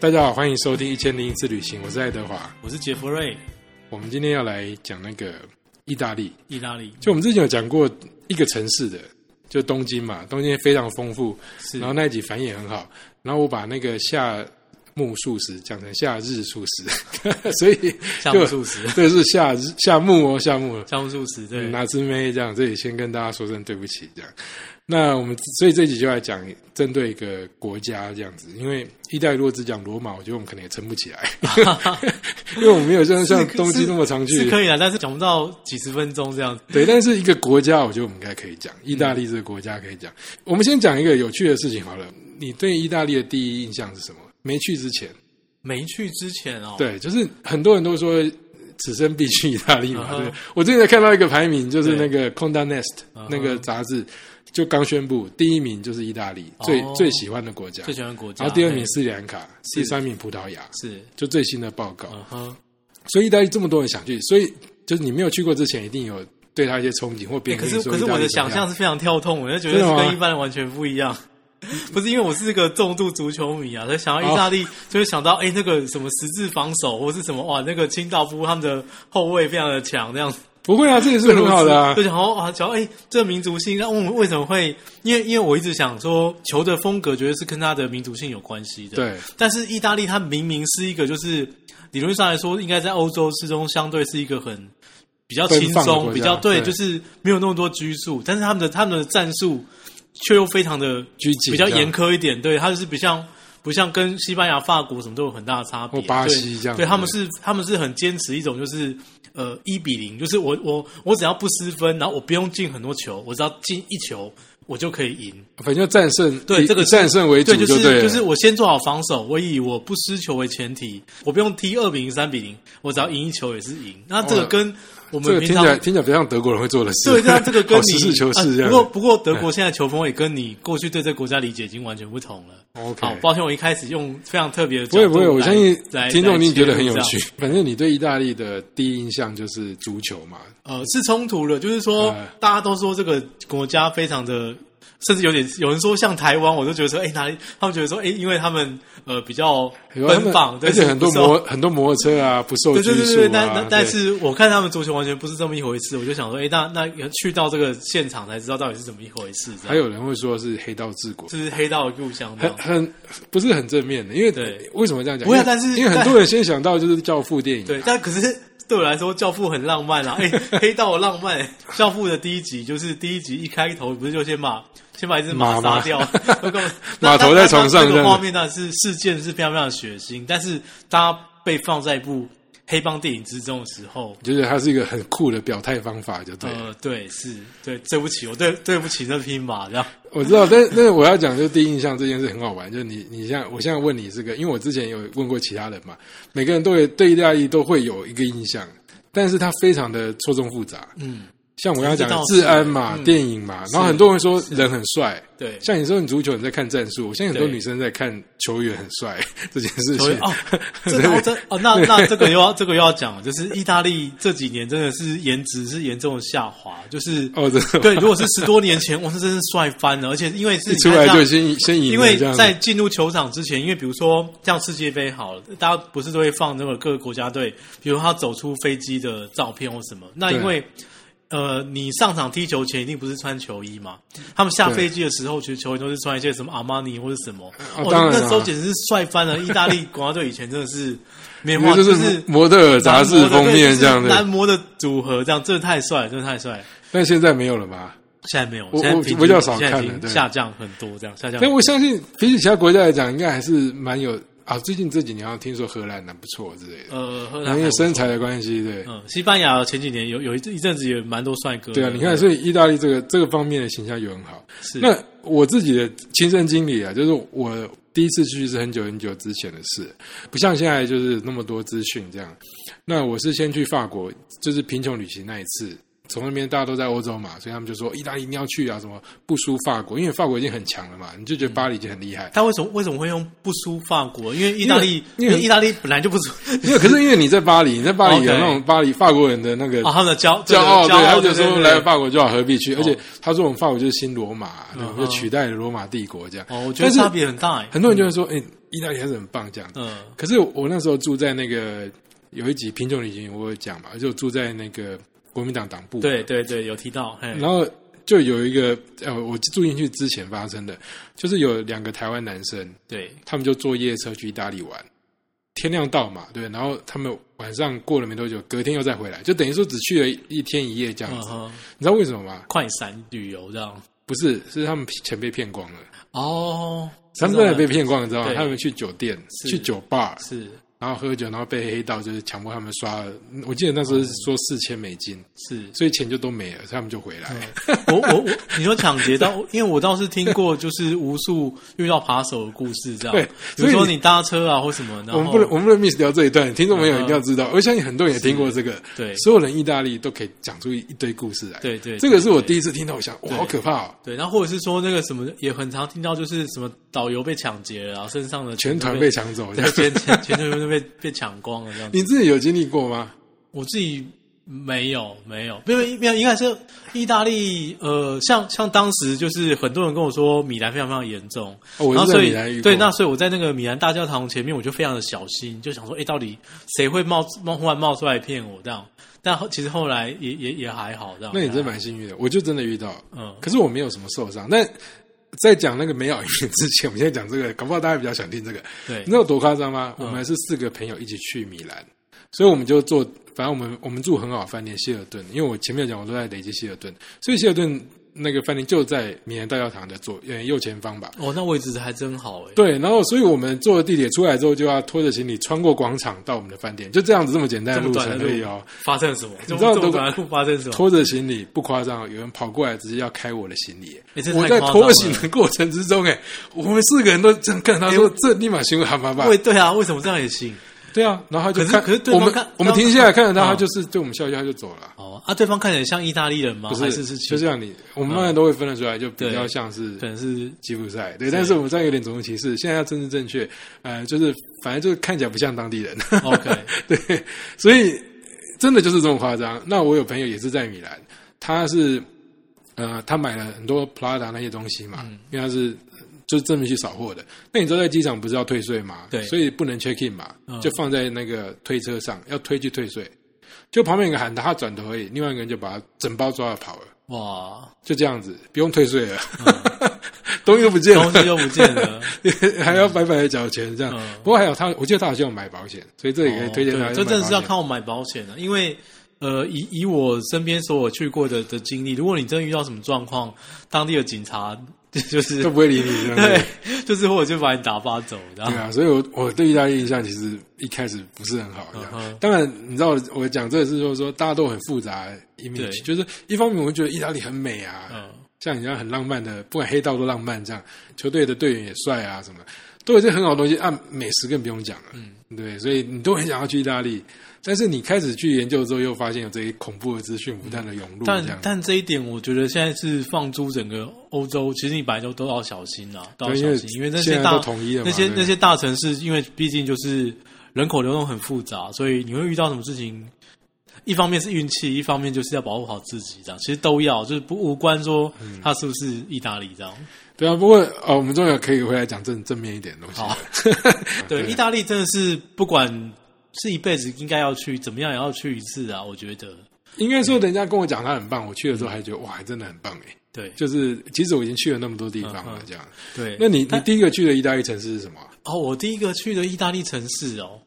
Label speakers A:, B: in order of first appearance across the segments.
A: 大家好，欢迎收听《一千零一次旅行》，我是爱德华。
B: 我是杰弗瑞，
A: 我们今天要来讲那个意大利，
B: 意大利
A: 就我们之前有讲过一个城市的，就东京嘛，东京非常丰富，
B: 是
A: 然后那一集反应也很好，然后我把那个夏目漱石讲成夏日漱石， 所以
B: 夏目漱石，
A: 这是夏日夏目哦，夏目
B: 夏目漱石对，
A: 哪只妹这样，这里先跟大家说声对不起这样。那我们所以这集就来讲针对一个国家这样子，因为一代如果只讲罗马，我觉得我们可能也撑不起来， 因为我们没有像像东京那么常
B: 是
A: 去。
B: 可以啊，但是讲不到几十分钟这样子。
A: 对，但是一个国家，我觉得我们应该可以讲，意大利这个国家可以讲。我们先讲一个有趣的事情好了，你对意大利的第一印象是什么？没去之前，
B: 没去之前哦，，
A: 对，就是很多人都说此生必去意大利嘛。
B: 嗯哼
A: 对，我之前看到一个排名，就是那
B: 对嗯
A: 个《Conda Nest》那个杂志，就刚宣布第一名就是意大利，最
B: 哦
A: 最喜欢的国家
B: 最，喜欢国家。
A: 然后第二
B: 对
A: 名斯里兰卡，第三名葡萄牙，
B: 是，
A: 就最新的报告。
B: 嗯哼，
A: 所以意大利这么多人想去，所以就是你没有去过之前，一定有对他一些憧憬或别
B: 欸
A: 人跟
B: 可
A: 你
B: 是
A: 说
B: 可是
A: 意大
B: 我
A: 利
B: 的
A: 怎
B: 想
A: 么样
B: 象是非常跳痛，我就
A: 真
B: 觉得
A: 的
B: 是
A: 吗
B: 跟一般人完全不一样。 不是因为我是个重度足球迷啊，所以想
A: 哦
B: 到意大利就会想到，哎、那个什么十字防守或是什么哇，那个清道夫他们的后卫非常的强，这样子
A: 不会啊，这也是很好的啊
B: 就。想说哇，想到哎、这民族性，那我们为什么会？因为因为我一直想说，球的风格绝对是跟他的民族性有关系的。
A: 对，
B: 但是意大利它明明是一个，就是理论上来说，应该在欧洲之中相对是一个很比较轻
A: 奔放的国
B: 松、
A: 家
B: 比较对，
A: 对
B: 就是没有那么多拘束，但是他们的他们的战术却又非常的
A: 拘谨
B: 比较
A: 这样
B: 严苛一点。对，它就是不像不像跟西班牙、法国什么都有很大的差别。
A: 或巴西
B: 对
A: 这样
B: 对
A: 子
B: 他们是他们是很坚持一种就是。呃，一比零，就是我我我只要不失分，然后我不用进很多球，我只要进一球，我就可以赢。
A: 反正就战胜，
B: 对
A: 以
B: 这个
A: 以战胜为主
B: 对，就
A: 对
B: 是
A: 了
B: 就是我先做好防守，我以我不失球为前提，我不用踢二比零、三比零，我只要赢一球也是赢。那这个跟我
A: 哦这
B: 们
A: 个
B: 平
A: 听
B: 常
A: 起来听起来不像德国人会做的事。
B: 对，那这个 跟
A: 好
B: 你
A: 实事求是这样。
B: 啊不过不过德国现在球风也跟你过去对这个国家理解已经完全不同了。
A: OK
B: 好，抱歉，我一开始用非常特别的角
A: 不
B: 度来，
A: 会不会，我相信
B: 来
A: 听众一定觉得很
B: 来切入
A: 有
B: 这样
A: 趣。反正你对意大利的第一印象就是足球嘛，
B: 呃，是冲突了，就是说、
A: 哎
B: 大家都说这个国家非常的，甚至有点有人说像台湾，我都觉得说，哎、哪里？他们觉得说，哎、因为他们呃比较
A: 比如啊说他
B: 奔
A: 们
B: 放，对
A: 而且很多
B: 不受
A: 摩很多摩托车啊，不受
B: 对
A: 拘
B: 对对
A: 束
B: 对，
A: 啊。
B: 但但
A: 对
B: 但是我看他们足球完全不是这么一回事，我就想说，哎，那那去到这个现场才知道到底是怎么一回事，这样
A: 还有人会说是黑道治国，
B: 这是黑道的故乡这
A: 很
B: 样。
A: 很不是很正面的，因为
B: 对
A: 为什么这样讲？
B: 不会啊
A: 因为
B: 但是
A: 因为很
B: 但
A: 多人先想到就是教父电影啊，
B: 对，但可是对我来说，《教父》很 浪漫啊，哎，黑道的浪漫，《教父》的第一集就是第一集一开头不是就先把先把一只马
A: 马吗
B: 杀 掉，那个
A: 马头在床上这
B: 那那那那
A: 样子
B: 个画面呢是事件是非常非常血腥，但是大家被放在一部黑帮电影之中的时候，
A: 就是它是一个很酷的表态方法，就对了。
B: 呃，对，是对，对不起，我对对不起那匹马，这样。
A: 我知道，但但是我要讲，就是第一印象这件事很好玩。就是你，你现在，我现在问你这个，因为我之前有问过其他人嘛，每个人都有对意大利都会有一个印象，但是它非常的错综复杂。
B: 嗯，
A: 像我要讲
B: 这倒是
A: 治安嘛、
B: 嗯
A: 电影嘛，然后很多人说人很帅，
B: 对，
A: 像你说你足球你在看战术，我相信很多
B: 对
A: 女生在看球员很帅 这件事
B: 所以
A: 情。
B: 哦，这哦这哦，那那这个又要这个又要讲了，就是意大利这几年真的是颜值是严重的下滑，就是
A: 哦，真 的吗
B: 对，如果是十多年前，哇， 这真是帅翻了，而且因为是
A: 一出
B: 你
A: 来
B: 看像
A: 就先先赢了，
B: 因为
A: 这样子
B: 在进入球场之前，因为比如说像世界杯好了，大家不是都会放那个各个国家队，比如他走出飞机的照片或什么。那
A: 对
B: 因为呃，你上场踢球前一定不是穿球衣嘛？他们下飞机的时候，其实球员都是穿一些什么阿玛尼或者什么。
A: 哦
B: 哦
A: 当然
B: 那
A: 啊
B: 那时候简直是帅翻了！意大利国家队以前真的是没
A: 因
B: 话，
A: 为就是
B: 是
A: 模特儿杂志
B: 男模的
A: 封面这样
B: 对就是
A: 的，
B: 男模的组合这样，真的太帅了，真的太帅了。
A: 但现在没有了吧？
B: 现在没有，
A: 我
B: 现在
A: 我
B: 平均
A: 我比较少
B: 现
A: 看
B: 在已
A: 了
B: 经
A: 对
B: 下降很多，这样下降很多。
A: 但我相信，比起其他国家来讲，应该还是蛮有啊。最近这几年，好像听说荷兰蛮不错之类的，
B: 呃，荷
A: 然后
B: 兰
A: 因
B: 还
A: 为
B: 不
A: 身材的关系，对
B: 嗯，西班牙前几年有有一一阵子也蛮多帅哥的。
A: 对啊。你看，所以意大利这个这个方面的形象也很好。
B: 是
A: 那我自己的亲身经历啊，就是我第一次去是很久很久之前的事，不像现在就是那么多资讯这样。那我是先去法国，就是贫穷旅行那一次。从那边大家都在欧洲嘛，所以他们就说意大利一定要去啊，什么不输法国，因为法国已经很强了嘛，你就觉得巴黎已经很厉害。
B: 他为什么为什么会用不输法国？因为意大利，
A: 因为因
B: 因
A: 为
B: 为意大利本来 就不输
A: 因为可是因为你在巴黎，你在巴黎有那
B: OK
A: 种巴黎法国人的那个
B: 啊，他们的骄
A: 骄傲，
B: 对骄
A: 他
B: 傲
A: 就说来
B: 法。
A: 法国就好，何必去？而且
B: 哦
A: 他说我们法国就是新罗马，对
B: 嗯
A: 我们就取代了罗马帝国这样。
B: 哦，我觉
A: 但
B: 得
A: 是
B: 差别很大哎。
A: 很多人就会说，哎，意大利还是很棒这样。
B: 嗯
A: 可是我那时候住在那个有一集贫穷旅行，我有讲嘛，就住在那个国民党党部，
B: 对对对，有提到，嘿，
A: 然后就有一个呃，我住进去之前发生的，就是有两个台湾男生，
B: 对，
A: 他们就坐夜车去意大利玩，天亮到嘛，对，然后他们晚上过了没多久，隔天又再回来，就等于说只去了一天一夜这样
B: 嗯
A: 子。
B: 哼，
A: 你知道为什么吗？
B: 快闪旅游这样。
A: 不是，是他们钱被骗光了，
B: 哦，
A: 他们真的被骗光了，你知道吗？
B: 对
A: 他们去酒店、
B: 是
A: 去酒吧，
B: 是
A: 然后喝酒，然后被黑道就是强迫他们刷了，我记得那时候是说四千美金，
B: 是，
A: 所以钱就都没了，他们就回来。
B: 我我我，你说抢劫到，因为我倒是听过，就是无数遇到扒手的故事这样。
A: 对
B: 比如
A: 所
B: 说
A: 以
B: 你搭车啊或什么，然
A: 我们
B: 后
A: 不能，我们不能 miss 掉这一段，听众朋友一定要知道。我相信很多人也听过这个，
B: 对
A: 所有人意大利都可以讲出一一堆故事来。
B: 对对
A: 这个是我
B: 对
A: 第一次听到，我想哇，好可怕哦！
B: 对，然后或者是说那个什么，也很常听到，就是什么导游被抢劫了，然后身上的
A: 全
B: 钱都
A: 团被抢走，这
B: 对
A: 样
B: 全全全团都被被抢光了这样子。
A: 你自己有经历过吗？
B: 我自己没有没有，没有没有，应该是意大利呃，像像当时就是很多人跟我说米兰非常非常严重，
A: 哦我
B: 然后
A: 是在
B: 所以
A: 米兰遇过
B: 对，那所以我在那个米兰大教堂前面，我就非常的小心，就想说，哎，到底谁会冒冒忽然冒出来骗我这样？但后其实后来也也也还好这样。
A: 那你真
B: 还好
A: 蛮幸运的，我就真的遇到，
B: 嗯
A: 可是我没有什么受伤。但在讲那个美好一面之前，我们现在讲这个， 搞不好大家比较想听这个。
B: 对嗯
A: 你知道多夸张吗？我们是四个朋友一起去米兰，所以我们就坐，反正我们我们住很好的饭店希尔顿，因为我前面有讲我都在累积希尔顿，所以希尔顿那个饭店就在米兰大教堂的左呃右前方吧。
B: 哦，那位置还真好哎。
A: 对，然后所以我们坐地铁出来之后，就要拖着行李穿过广场到我们的饭店，就这样子这么简单
B: 这
A: 的
B: 么
A: 路
B: 短的
A: 程而已
B: 路
A: 哦。
B: 发生了什么？你
A: 知道
B: 这么
A: 多
B: 短的路发生了什么？
A: 拖着行李不夸张，有人跑过来直接要开我的行李。
B: 欸这太
A: 我在
B: 夸张
A: 拖
B: 了嗯
A: 行的过程之中，哎，我们四个人都这样看，他说
B: 欸
A: 这立马行为好麻烦
B: 为。对啊，为什么这样也行？
A: 对啊，然后他就
B: 可是
A: 看，
B: 可是对
A: 我
B: 方
A: 们
B: 看
A: 我们
B: 对
A: 停
B: 方
A: 下来看着他，
B: 嗯
A: 他就是对我们笑一笑他就走了。
B: 哦啊，对方看起来像意大利人吗？
A: 不
B: 哦啊还
A: 是
B: 是是
A: 就像你，我们慢慢都会分得出来，就比
B: 对
A: 较像是
B: 可能是
A: 吉普赛。对，但是我们这样有点种族歧视。现在要政治正确，呃，就是反正就是看起来不像当地人。
B: OK
A: 对，所以真的就是这么夸张。那我有朋友也是在米兰，他是呃，他买了很多 Prada 那些东西嘛，
B: 嗯
A: 因为他是就是证明去扫货的。那你知道在机场不是要退税吗？
B: 对
A: 所以不能 check in 嘛，
B: 嗯
A: 就放在那个推车上，要推去退税。就旁边有个喊他，他转头而已，另外一个人就把他整包抓了跑了，
B: 哇，
A: 就这样子，不用退税了，东西都不见了，
B: 嗯东西都不见了。
A: 还要白白的缴钱这样。
B: 嗯
A: 不过还有他，我记得他好像有买保险，所以这也可以推荐
B: 哦
A: 他去买
B: 对这真的
A: 保
B: 是要
A: 险
B: 看我买保险的、因为呃，以以我身边所有去过的的经历，如果你真的遇到什么状况，当地的警察 就是
A: 都不会理你，这样子。
B: 对，就是或者就把你打发走的。
A: 对啊，所以我我对意大利印象其实一开始不是很好。这样
B: 嗯哼
A: 当然，你知道我讲这个是说说大家都很复杂的 image，
B: 对
A: 就是一方面我们觉得意大利很美啊，
B: 嗯，
A: 像你这样很浪漫的，不管黑道都浪漫，这样球队的队员也帅啊，什么都有些很好的东西。按、美食更不用讲了，嗯，对，所以你都很想要去意大利，但是你开始去研究之后，又发现有这些恐怖的资讯不断的涌入，这
B: 但
A: 样。
B: 但这一点，我觉得现在是放诸整个欧洲，其实你本来就都要小心啦，都要
A: 对因
B: 小
A: 为
B: 心，因为那
A: 现
B: 些
A: 在
B: 大
A: 都统一了嘛
B: 那些
A: 对
B: 那些大城市，因为毕竟就是人口流动很复杂，所以你会遇到什么事情，一方面是运气，一方面就是要保护好自己，这样其实都要，就是不无关说
A: 嗯
B: 它是不是意大利这样。
A: 对啊，不过哦，我们终于可以回来讲正正面一点的东西了。
B: 对，意大利真的是不管是一辈子应该要去，怎么样也要去一次啊，我觉得。
A: 应该说，人家跟我讲他很棒，我去了之后还觉得哇，还真的很棒哎。
B: 对
A: 就是其实我已经去了那么多地方了
B: 嗯，嗯
A: 这样。
B: 对，
A: 那你你第一个去的意大利城市是什么啊？
B: 哦，我第一个去的意大利城市哦，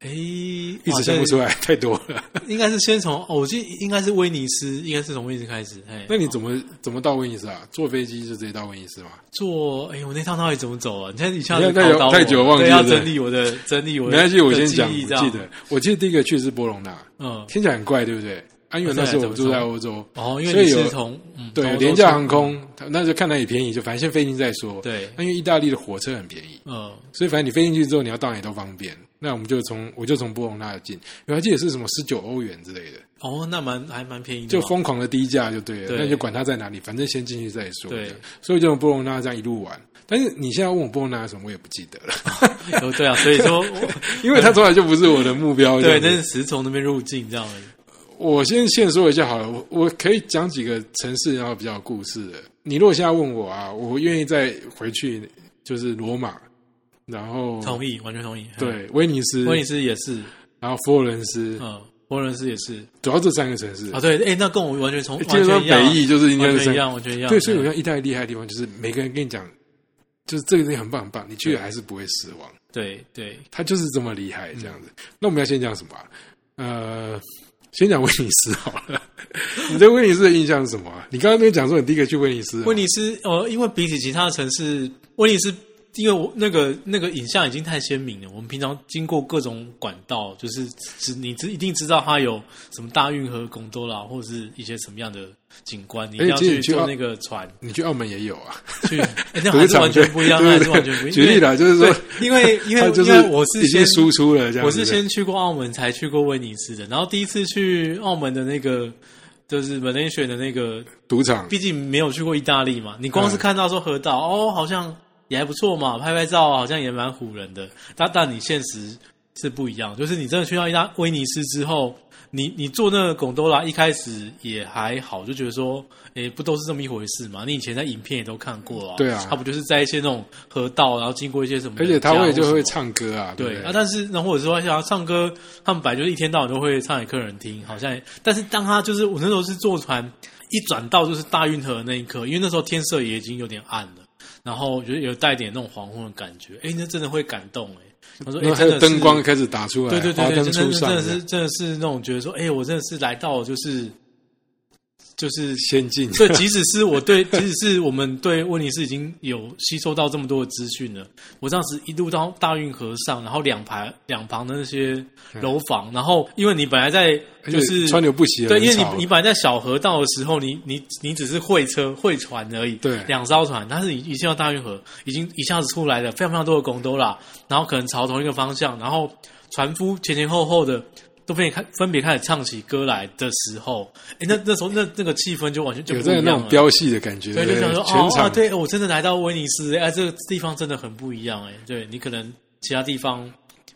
B: 诶，一
A: 一直想不出来，太多了。
B: 应该是先从哦，我记得应该是威尼斯，应该是从威尼斯开始。哎，
A: 那你怎么怎么到威尼斯啊？坐飞机就直接到威尼斯吗？
B: 坐哎，我那趟到底怎么走啊？你现在一下
A: 你
B: 子
A: 看太
B: 考
A: 久
B: 到我
A: 太久忘记
B: 对
A: 了
B: 要
A: 对不对
B: 整理我的整理我
A: 没
B: 的。
A: 关系，我先
B: 的
A: 讲。我
B: 记忆这
A: 记
B: 样
A: 得，我记得第一个去是波隆纳，
B: 嗯，
A: 听起来很怪，对不对？啊，因为那时候我住在欧洲，
B: 哦，因
A: 所
B: 为
A: 以
B: 你
A: 有
B: 是从嗯从
A: 对
B: 欧洲
A: 廉价
B: 出
A: 航空，它那就看哪里便宜，就反正先飞进去再说。
B: 对
A: 那因为意大利的火车很便宜，
B: 嗯
A: 所以反正你飞进去之后，你要到哪里都方便。那我们就从我就从波隆纳进，我还记得是什么十九欧元之类的，
B: 哦，那蛮还蛮便宜的哦
A: 就
B: 嘛，
A: 疯狂的低价就对了。
B: 对
A: 那就管它在哪里，反正先进去再说。
B: 对，
A: 所以就从波隆纳这样一路玩。但是你现在问我波隆纳有什么，我也不记得了，
B: 哦对啊，所以 说我
A: 因为它从来就不是我的目标。
B: 对，
A: 这
B: 那
A: 样子
B: 是石从那边入境这样而已。
A: 我先先说一下好了，我我可以讲几个城市，然后比较有故事的。你如果现在问我啊，我愿意再回去就是罗马，然后
B: 同意，完全同意。嗯，
A: 对威尼斯，
B: 威尼斯也是，
A: 然后佛罗伦斯，
B: 嗯，佛罗伦斯也是
A: 主要这三个城市
B: 啊，。对，哎，那跟我们完全从
A: 诶
B: 完
A: 基本
B: 全
A: 上
B: 一样
A: 北
B: 啊，
A: 意就是应该
B: 完
A: 是
B: 全
A: 三
B: 一样，完全一样。
A: 对，所以我
B: 嗯
A: 觉得意大利厉害的地方就是每个人跟你讲，就是这个东西很棒很棒，你去了还是不会失望，
B: 对对，
A: 他就是这么厉害这样
B: 嗯
A: 子。那我们要先讲什么啊、呃，先讲威尼斯好了。 你对威尼斯的印象是什么啊、你刚刚那边讲说你第一个去威尼斯啊、
B: 威尼斯呃，因为比起其他的城市，威尼斯因为我那个那个影像已经太鲜明了，我们平常经过各种管道，就是知你知一定知道它有什么大运河、贡多拉，或者是一些什么样的景观，你一定要
A: 而且
B: 去
A: 你去
B: 坐
A: 澳
B: 那个船
A: 你去澳门也有啊，
B: 去，哎那
A: 赌
B: 还是
A: 场
B: 完全不一样，
A: 对
B: 那还
A: 对
B: 是完
A: 对
B: 全不一样。
A: 举例啦，就是说。
B: 因为因为因
A: 他
B: 为
A: 就
B: 因为我是
A: 已经
B: 先
A: 输出了，这样
B: 我是
A: 子
B: 先去过澳门，才去过威尼斯的。然后第一次去澳门的那个，就是 Malaysia 的那个，
A: 赌场，
B: 毕竟没有去过意大利
A: 嗯
B: 嘛。你光是看到说河道，哦，好像也还不错嘛，拍拍照好像也蛮唬人的。但但你现实是不一样，就是你真的去到意大威尼斯之后，你你坐那个贡多拉，一开始也还好，就觉得说，诶，不都是这么一回事嘛？你以前在影片也都看过啊，
A: 对啊
B: 它不就是在一些那种河道，然后经过一些什么
A: 而
B: 人
A: 且
B: 家或什
A: 他会
B: 么，
A: 就会唱歌啊，对
B: 对
A: 不
B: 啊，
A: 对？
B: 但是那或者说像唱歌，他们本来就是一天到晚都会唱给客人听，好像也。但是当他就是我那时候是坐船，一转到就是大运河的那一刻，因为那时候天色也已经有点暗了，然后就是有带点那种黄昏的感觉，哎，那真的会感动哎、他说，哎
A: 那，还
B: 真
A: 有
B: 的是
A: 灯光，开始打出来，
B: 对对对
A: 华
B: 对，
A: 灯初
B: 真的是
A: 上
B: 真
A: 这
B: 的
A: 样，
B: 是真的是那种觉得说，哎，我真的是来到就是就是
A: 先进，
B: 所以，即使是我对，即使是我们对威尼斯已经有吸收到这么多的资讯了，我当时一路到大运河上，然后两排两旁的那些楼房，然后因为你本来在
A: 而且
B: 就是
A: 川流不息的
B: 对，
A: 人
B: 因为
A: 潮，
B: 你你本来在小河道的时候，你你你只是会车会船而已，
A: 对
B: 两艘船，但是你一进到大运河，已经一下子出来了非常非常多的拱兜啦，然后可能朝同一个方向，然后船夫前前后后的都被开分别开始唱起歌来的时候，哎，那那时候那那个气氛就完全就
A: 有
B: 不一
A: 在
B: 样
A: 那种
B: 了。
A: 飙戏的感觉，
B: 对，就
A: 不
B: 想说
A: 全
B: 哦、啊，
A: 场
B: 对我真的来到威尼斯，哎、这个地方真的很不一样，哎，对你可能其他地方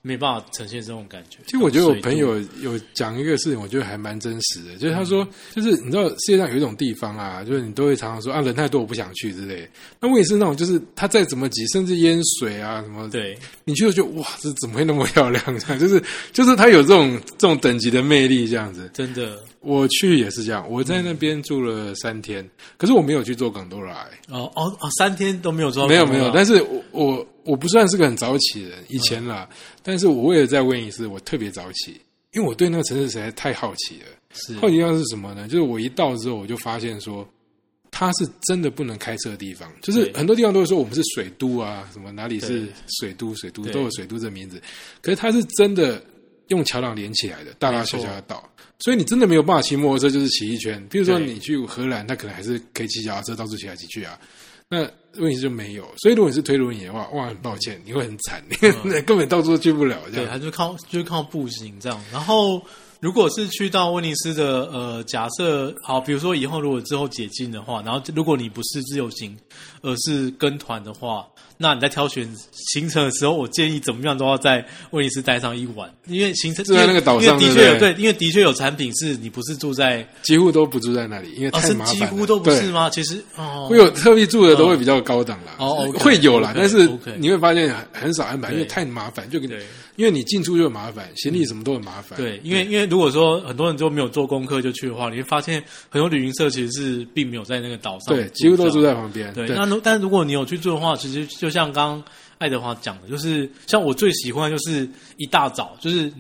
B: 没办法呈现这种感觉。
A: 其实我觉得我
B: 水
A: 朋
B: 度
A: 友有讲一个事情，我觉得还蛮真实的，就是他说，就是你知道世界上有一种地方啊，就是你都会常常说啊人太多我不想去之类的。那我也是那种，就是他再怎么挤，甚至淹水啊什么，
B: 对
A: 你去了就哇，这怎么会那么漂亮？ 这样就是就是他有这种这种等级的魅力这样子。
B: 真的
A: 我去也是这样，我在那边住了三天，可是我没有去做港多拉、欸
B: 哦哦哦，三天都没有做到
A: 没有
B: 工
A: 没
B: 作
A: 有
B: 啊，
A: 但是我我我不算是个很早起的人，以前啦，但是我为了在威尼斯，我特别早起，因为我对那个城市实在太好奇了。
B: 是
A: 好奇到是什么呢？就是我一到之后，我就发现说，它是真的不能开车的地方，就是
B: 对
A: 很多地方都会说我们是水都啊，什么哪里是
B: 对
A: 水都，水都
B: 对
A: 都有水都这名字，可是它是真的用桥梁连起来的，大大小小的岛。所以你真的没有办法骑摩托车，就是骑一圈。比如说
B: 对
A: 你去荷兰，它可能还是可以骑脚踏车到处骑来骑去啊。那问题就没有，所以如果你是推轮椅的话，哇，很抱歉，你会很惨， 你根本到处都去不了。这
B: 嗯对，
A: 样
B: 他就靠就是靠步行这样。然后如果是去到威尼斯的呃，假设好，比如说以后如果之后解禁的话，然后如果你不是自由行，而是跟团的话，那你在挑选行程的时候，我建议怎么样都要在威尼斯待上一晚，因为行程
A: 住在那个岛上
B: 因
A: 对
B: 为的确
A: 不
B: 有
A: 对
B: 对，因为的确有产品是你不是住在
A: 几乎都不住在那里，因为
B: 啊，
A: 太
B: 是
A: 麻烦
B: 几
A: 了。
B: 乎都不是
A: 对
B: 吗？其实哦，
A: 会有特地住的都会比较高档啦，
B: 哦，OK，
A: 会有啦
B: OK，
A: 但是
B: OK
A: 你会发现很很少安排，
B: 对
A: 因为太麻烦，就给你
B: 对
A: 因为你进出就很麻烦，行李什么都很麻烦。
B: 对，因为因为如果说很多人都没有做功课就去的话，你会发现很多旅行社其实是并没有在那个岛上，
A: 对，几乎都住。在旁边。
B: 对，
A: 对
B: 那如但如果你有去做的话，其实就像刚刚爱德华讲的，就是像我最喜欢的就是一大早，就是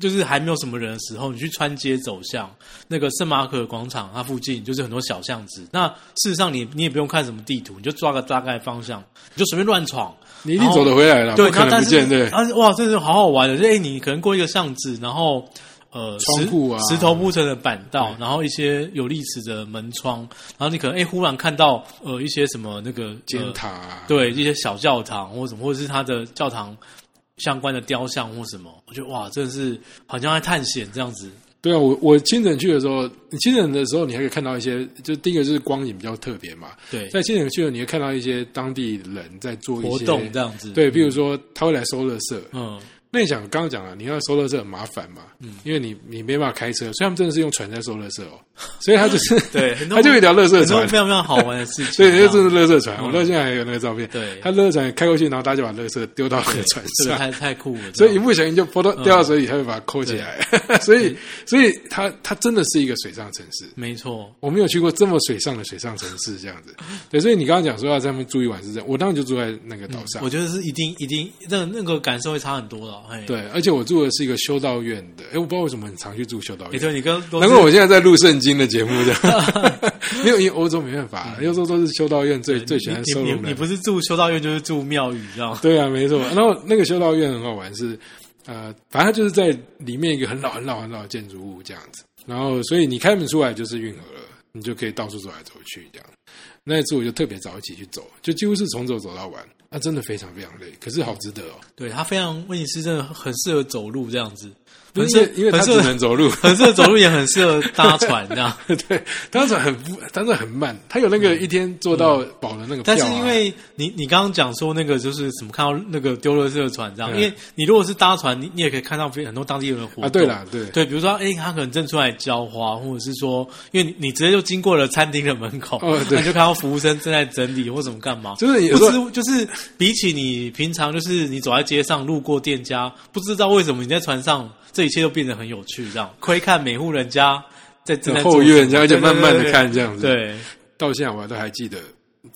B: 就是还没有什么人的时候，你去穿街走巷，那个圣马可广场它附近就是很多小巷子。那事实上你你也不用看什么地图，你就抓个大概方向，你就随便乱闯，
A: 你一定走得回来了，
B: 哦对，
A: 啊不可能
B: 然后但
A: 不
B: 是呃
A: 见。对，
B: 而且哇，真的好好玩的。就哎、你可能过一个巷子，然后呃，
A: 窗户啊
B: 石石头铺成的板道，然后一些有历史的门窗，然后你可能哎、忽然看到呃一些什么那个
A: 尖
B: 呃
A: 塔啊，
B: 对一些小教堂或什么，或者是它的教堂相关的雕像或什么，我觉得哇，真的是好像在探险这样子。
A: 对啊，我我清晨去的时候，你清晨的时候你还可以看到一些，就第一个就是光影比较特别嘛，
B: 对，
A: 在清晨去的时候你会看到一些当地人在做一些
B: 活动这样子。
A: 对，比如说他会来收垃圾，
B: 嗯，
A: 那你想刚刚讲了，你要收垃圾很麻烦嘛，嗯，因为你你没办法开车，所以他们真的是用船在收垃圾哦， 所以他就是
B: 对，很多
A: 他就有一条乐色
B: 很多
A: 船，
B: 非常非常好玩的 事情，
A: 所以就
B: 这
A: 真
B: 样
A: 的乐色船。我到现在还有那个照片，
B: 对
A: 他乐色船开过去，然后大家把乐色丢到那个 船
B: 这个
A: 上，
B: 太太酷了，
A: 所以一不小心就泼到
B: 嗯
A: 掉到水里，他会把它扣起来。 所以，所以它它真的是一个水上城市。
B: 没错，
A: 我没有去过这么水上的水上城市，这样子。对，所以你刚刚讲说要在那边住一晚是这样，我当时就住在那个岛上。
B: 嗯我觉得是一定一定，那那个感受会差很多了。哦嘿，
A: 对，而且我住的是一个修道院的，哎，我不知道为什么很常去住修道
B: 没
A: 院。
B: 错，你跟罗
A: 难怪我现在在录圣经的节目这 样，因为因为欧洲没办法，欧洲都是修道院最最喜欢
B: 嗯你
A: 收
B: 你
A: 容
B: 你
A: 人
B: 你。不是住修道院就是住庙宇，这样
A: 对啊，没错。然后那个修道院很好玩是，呃，反正它就是在里面一个很老很老很老的建筑物这样子。然后，所以你开门出来就是运河了，你就可以到处走来走去这样。那一次我就特别早起去走，就几乎是从早走到晚，那、真的非常非常累，可是好值得哦。
B: 对它非常威尼斯真的很适合走路这样子，
A: 因
B: 很适
A: 为因为它
B: 很
A: 只
B: 适 合
A: 能走路，
B: 很适合走路，也很适合搭船这样。
A: 对，当时很不，当时很慢，他有那个一天做到饱的那个票、啊
B: 嗯但是因为你你刚刚讲说那个就是什么看到那个丢垃圾的船这样，
A: 嗯
B: 因为你如果是搭船，你你也可以看到非很多当地人的活动。
A: 啊，对啦，对
B: 对，比如说，哎，他可能正出来浇花，或者是说，因为你你直接就经过了餐厅的门口，
A: 哦对
B: 那你就看到服务生正在整理或怎么干嘛。
A: 就是有
B: 不
A: 时候
B: 知就是比起你平常就是你走在街上路过店家，不知道为什么你在船上，这一切都变得很有趣，这样窥看每户人家在正在做
A: 嗯后院
B: 什么
A: 这样，而且慢慢的。
B: 对对对对
A: 看这样子，
B: 对，
A: 到现在我都还记得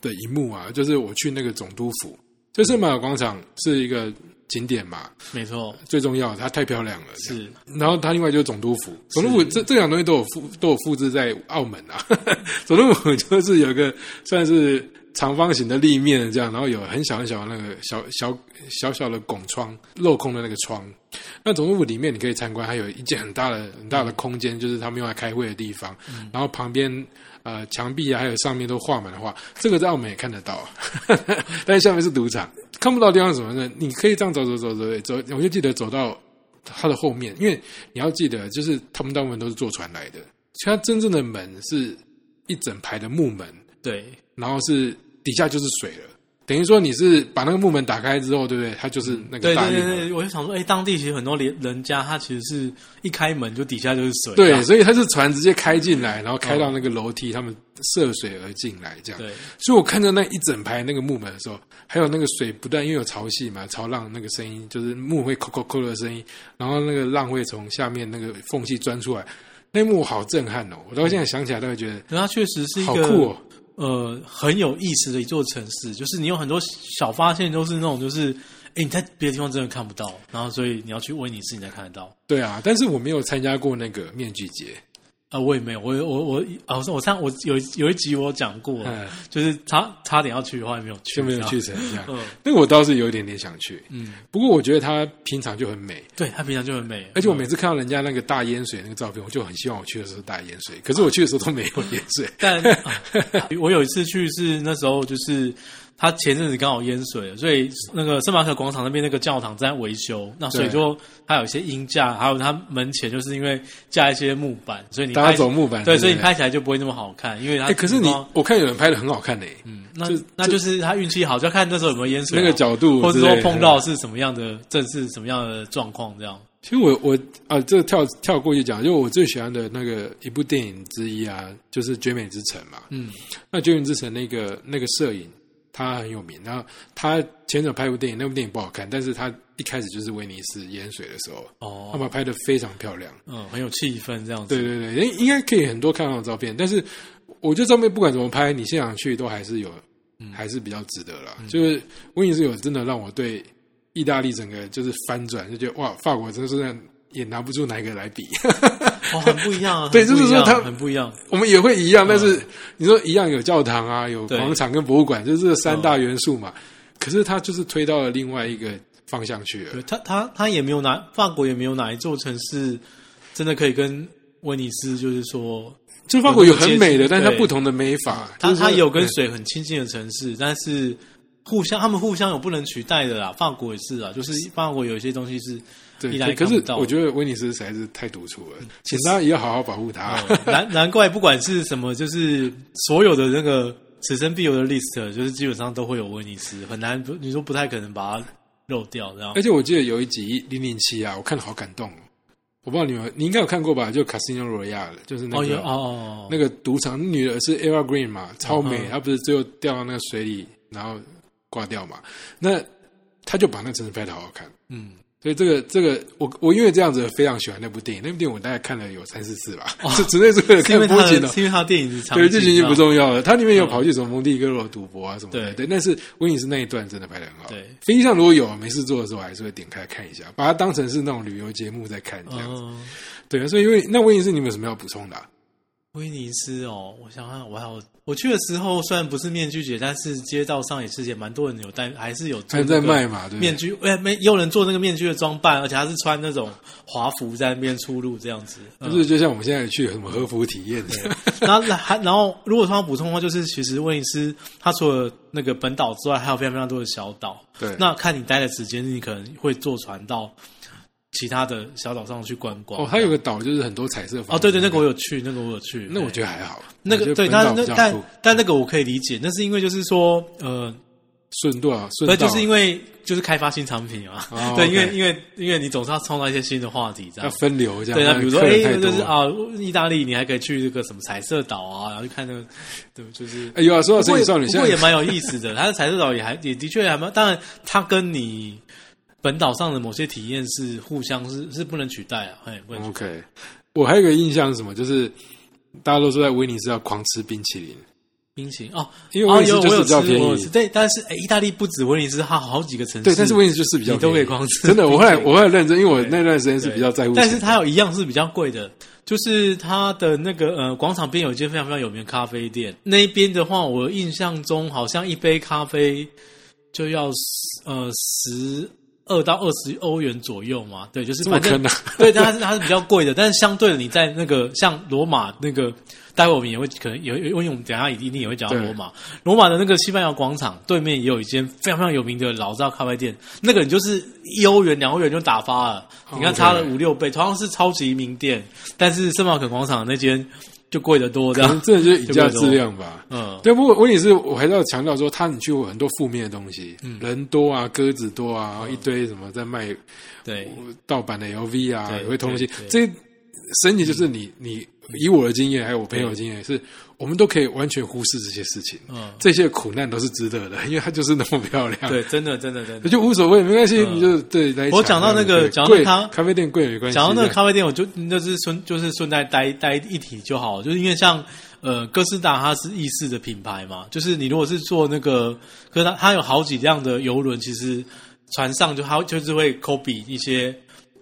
A: 的一幕啊，就是我去那个总督府，就圣马尔广场是一个景点嘛，
B: 没错，
A: 最重要的它太漂亮了。这样
B: 是
A: 然后它另外就是总督府，总督府这这两东西都有复都有复制在澳门啊。 总督府就是有一个算是长方形的立面这样，然后有很小很小的那个小小小小的拱窗镂空的那个窗。那总督府里面你可以参观，它有一间很大的很大的空间，就是他们用来开会的地方。然后旁边呃墙壁啊，还有上面都画满了画，这个在澳门也看得到， 但是下面是赌场，看不到的地方是什么呢？你可以这样走走走走走，我就记得走到它的后面，因为你要记得，就是他们大部分都是坐船来的，所以它真正的门是一整排的木门，
B: 对，
A: 然后是底下就是水了。等于说你是把那个木门打开之后，对不对？它就是那个
B: 对
A: 大
B: 对
A: 运
B: 对
A: 河
B: 对，我就想说，哎，当地其实很多连人家，他其实是一开门就底下就是水，啊这
A: 对，
B: 样
A: 所以它是船直接开进来，然后开
B: 哦
A: 到那个楼梯，他们涉水而进来这样。
B: 对，
A: 所以我看到那一整排那个木门的时候，还有那个水不断因为有潮汐嘛，潮浪那个声音就是木会扣扣扣的声音，然后那个浪会从下面那个缝隙钻出来，那一幕我好震撼哦！我到现在想起来都会觉得
B: 对它确实是一
A: 好
B: 个
A: 酷哦。
B: 呃很有意思的一座城市，就是你有很多小发现，都是那种就是，哎，你在别的地方真的看不到，然后所以你要去威尼斯你才看得到。
A: 对啊，但是我没有参加过那个面具节，
B: 啊、我也没有，我我我啊，我上我有一有一集我讲过，
A: 嗯
B: 就是差差点要去，后来没有去，
A: 就没有去
B: 这样。
A: 成这样。
B: 嗯
A: 那个我倒是有一点点想去，
B: 嗯，
A: 不过我觉得它平常就很美，
B: 对，它平常就很美，
A: 而且我每次看到人家那个大淹水那个照片，我就很希望我去的时候大淹水，可是我去的时候都没有淹水。
B: 但、啊我有一次去是那时候就是。他前阵子刚好淹水了，所以那个圣马可广场那边那个教堂在维修，那所以
A: 对
B: 就它有一些鹰架，还有它门前就是因为架一些木板，所以你
A: 大家
B: 拍
A: 走木板，
B: 对，
A: 不
B: 所以你拍起来就不会那么好看，因为它、
A: 哎、可是你我看有人拍的很好看呢、
B: 嗯那
A: 这
B: 那就是他运气好，就要看那时候有没有淹水啊、
A: 那个角度
B: 或者
A: 之类
B: 说
A: 的
B: 碰到是什么样的，正是什么样的状况这样。
A: 其实我我啊，这个跳跳过去讲，就我最喜欢的那个一部电影之一啊，就是《绝美之城》嘛。
B: 嗯，
A: 那《绝美之城》那个那个摄影他很有名，然后他前者拍一部电影，那部电影不好看，但是他一开始就是威尼斯淹水的时候，他
B: 哦，
A: 把拍的非常漂亮。
B: 嗯，很有气氛这样子。
A: 对对对，应应该可以很多看到的照片，但是我觉得照片不管怎么拍，你现场去都还是有，
B: 嗯
A: 还是比较值得啦。就是威尼斯有真的让我对意大利整个就是翻转，就觉得哇，法国真是也拿不出哪一个来比。
B: 哦，很不一样啊。
A: 对
B: 很不一
A: 就是说
B: 样
A: 他
B: 很不一样。
A: 我们也会一样，但是你说一样有教堂啊，有
B: 嗯对
A: 广场跟博物馆，就是这三大元素嘛。可是它就是推到了另外一个方向去了
B: 对。他他他也没有哪法国也没有哪一座城市真的可以跟威尼斯，就是说
A: 就法国有很美的，
B: 有那么接近
A: 但是它
B: 对
A: 不同的美法，
B: 它
A: 就是
B: 它有跟水很亲近的城市，但是互相他们互相有不能取代的啦。法国也是啊，就是法国有一些东西是
A: 对
B: 意大利，
A: 可
B: 看
A: 是
B: 不到嗯
A: 我觉得威尼斯实在是太独处了，请大家也要好好保护它。
B: 难难怪，不管是什么，就是所有的那个此生必有的 list，就是基本上都会有威尼斯，很难不你说不太可能把它漏掉这样
A: 哎而。且我记得有一集零零七啊，我看了好感动哦。我不知道你们，你应该有看过吧？就 Casino Royale，就是那
B: 哦有
A: 个、
B: 哦哦，
A: 那个赌场女的是 Eva Green 嘛，超美
B: 嗯，
A: 她不是最后掉到那个水里，然后挂掉嘛？那她就把那城市拍的好好看，
B: 嗯，
A: 所以这个这个，我我因为这样子非常喜欢那部电影，那部电影我大概看了有三四次吧，是 只那是为了
B: 是因
A: 看
B: 为他
A: 风景
B: 的
A: 的，
B: 是因为他的电影是长
A: 对，剧情已经不
B: 重
A: 重要了。它里面有跑去什么蒙地哥罗赌博啊什么的，
B: 啊嗯
A: 对。
B: 对
A: 但是威尼斯那一段真的拍的很好。
B: 对
A: 飞机上如果有没事做的时候，我还是会点开看一下，把它当成是那种旅游节目在看这样子。
B: 嗯，
A: 对，所以因为那威尼斯你们有什么要补充的啊、
B: 威尼斯哦，我想想，我还有我去的时候虽然不是面具节，但是街道上也是也蛮多人有戴，还是有做
A: 还在
B: 那个
A: 卖嘛，对不对
B: 面？具，哎、没也有人做那个面具的装扮，而且他是穿那种华服在那边出入这样子。嗯
A: 就是就像我们现在去什么和服体验，
B: 然后还然后，如果说要补充的话，就是其实威尼斯它除了那个本岛之外，还有非常非常多的小岛。
A: 对
B: 那看你待的时间，你可能会坐船到其他的小岛上去观光。
A: 哦，它有个岛就是很多彩色房
B: 哦，对对，那个我
A: 有，
B: 有去，那个我有去。
A: 那我
B: 对
A: 觉得还好。
B: 那
A: 我觉得
B: 个对，
A: 本
B: 但
A: 岛
B: 那
A: 比较
B: 但
A: 酷
B: 但那个我可以理解，那是因为就是说，呃，
A: 顺道啊，顺
B: 那
A: 道
B: 就是因
A: 为
B: 为就是开发新产品啊，
A: 哦
B: 对，
A: OK
B: 因为因为因为你总是要创造一些新的话题这
A: 要
B: 样。
A: 分流这样。
B: 对啊，
A: 那
B: 比如说，
A: 客人
B: 哎、
A: 太多
B: 就是
A: 了
B: 啊，意大利你还可以去这个什么彩色岛啊，然后去看那个，对，就是
A: 哎有啊，说到
B: 不
A: 神
B: 过
A: 隐少女，
B: 不
A: 现
B: 过也
A: 在
B: 蛮有意思的。它 的彩色岛也还也的确还蛮，当然它跟你本岛上的某些体验是互相是是不能取代啊，哎，不能取
A: OK，我还有一个印象是什么？就是大家都说在威尼斯要狂吃冰淇淋，
B: 冰淇淋哦，
A: 因为
B: 哦
A: 威尼斯
B: 有
A: 就
B: 我
A: 是
B: 有
A: 比较
B: 吃，
A: 便
B: 我有
A: 宜
B: 吃，。对，但是哎，意大利不止威尼斯，它好几个城市，
A: 对，但是威尼斯就是比较
B: 你都可
A: 便
B: 以
A: 宜
B: 光吃
A: 真的，我后来
B: 冰淇
A: 我
B: 淋
A: 后来认真，因为我那段时间是比较在乎钱的，
B: 但是它有一样是比较贵的，就是它的那个呃广场边有一间非常非常有名的咖啡店，那一边的话，我印象中好像一杯咖啡就要十呃十。二到二十欧元左右嘛，对，就是
A: 这么
B: 反正
A: 坑啊
B: 对，但它是它是比较贵的，但是相对的，你在那个像罗马那个，待会我们也会可能有，因为我们等一下一定也会讲到
A: 对
B: 罗马，罗马的那个西班牙广场对面也有一间非常非常有名的老字号咖啡店，那个你就是一欧元两欧元就打发了，你看
A: OK
B: 差了五六倍，同样是超级名店，但是圣马可广场那间就贵得多，这
A: 可能
B: 样，
A: 真的就是以价质量吧。
B: 嗯，
A: 对，不过威尼斯我还是要强调说，它你去过很多负面的东西，人多啊，鸽子多啊，然后一堆什么在卖
B: 对，
A: 盗版的 LV 啊，
B: 对
A: 有些东西，这
B: 对
A: 些神奇就是你你以我的经验，还有我朋友的经验，是我们都可以完全忽视这些事情，
B: 嗯，
A: 这些苦难都是值得的，因为它就是那么漂亮。
B: 对，真的，真的，真
A: 那
B: 的。
A: 就无所谓，没关系，
B: 嗯
A: 你就对来。
B: 我讲到那个
A: 对
B: 讲到
A: 贵
B: 咖
A: 咖啡店贵没关系，
B: 讲到那
A: 这
B: 个
A: 样
B: 咖啡店，我就那就是顺就是顺带待待一提就好了，就是因为像呃哥斯达它是意式的品牌嘛，就是你如果是做那个，可是它它有好几辆的游轮，其实船上就它就是会 copy 一些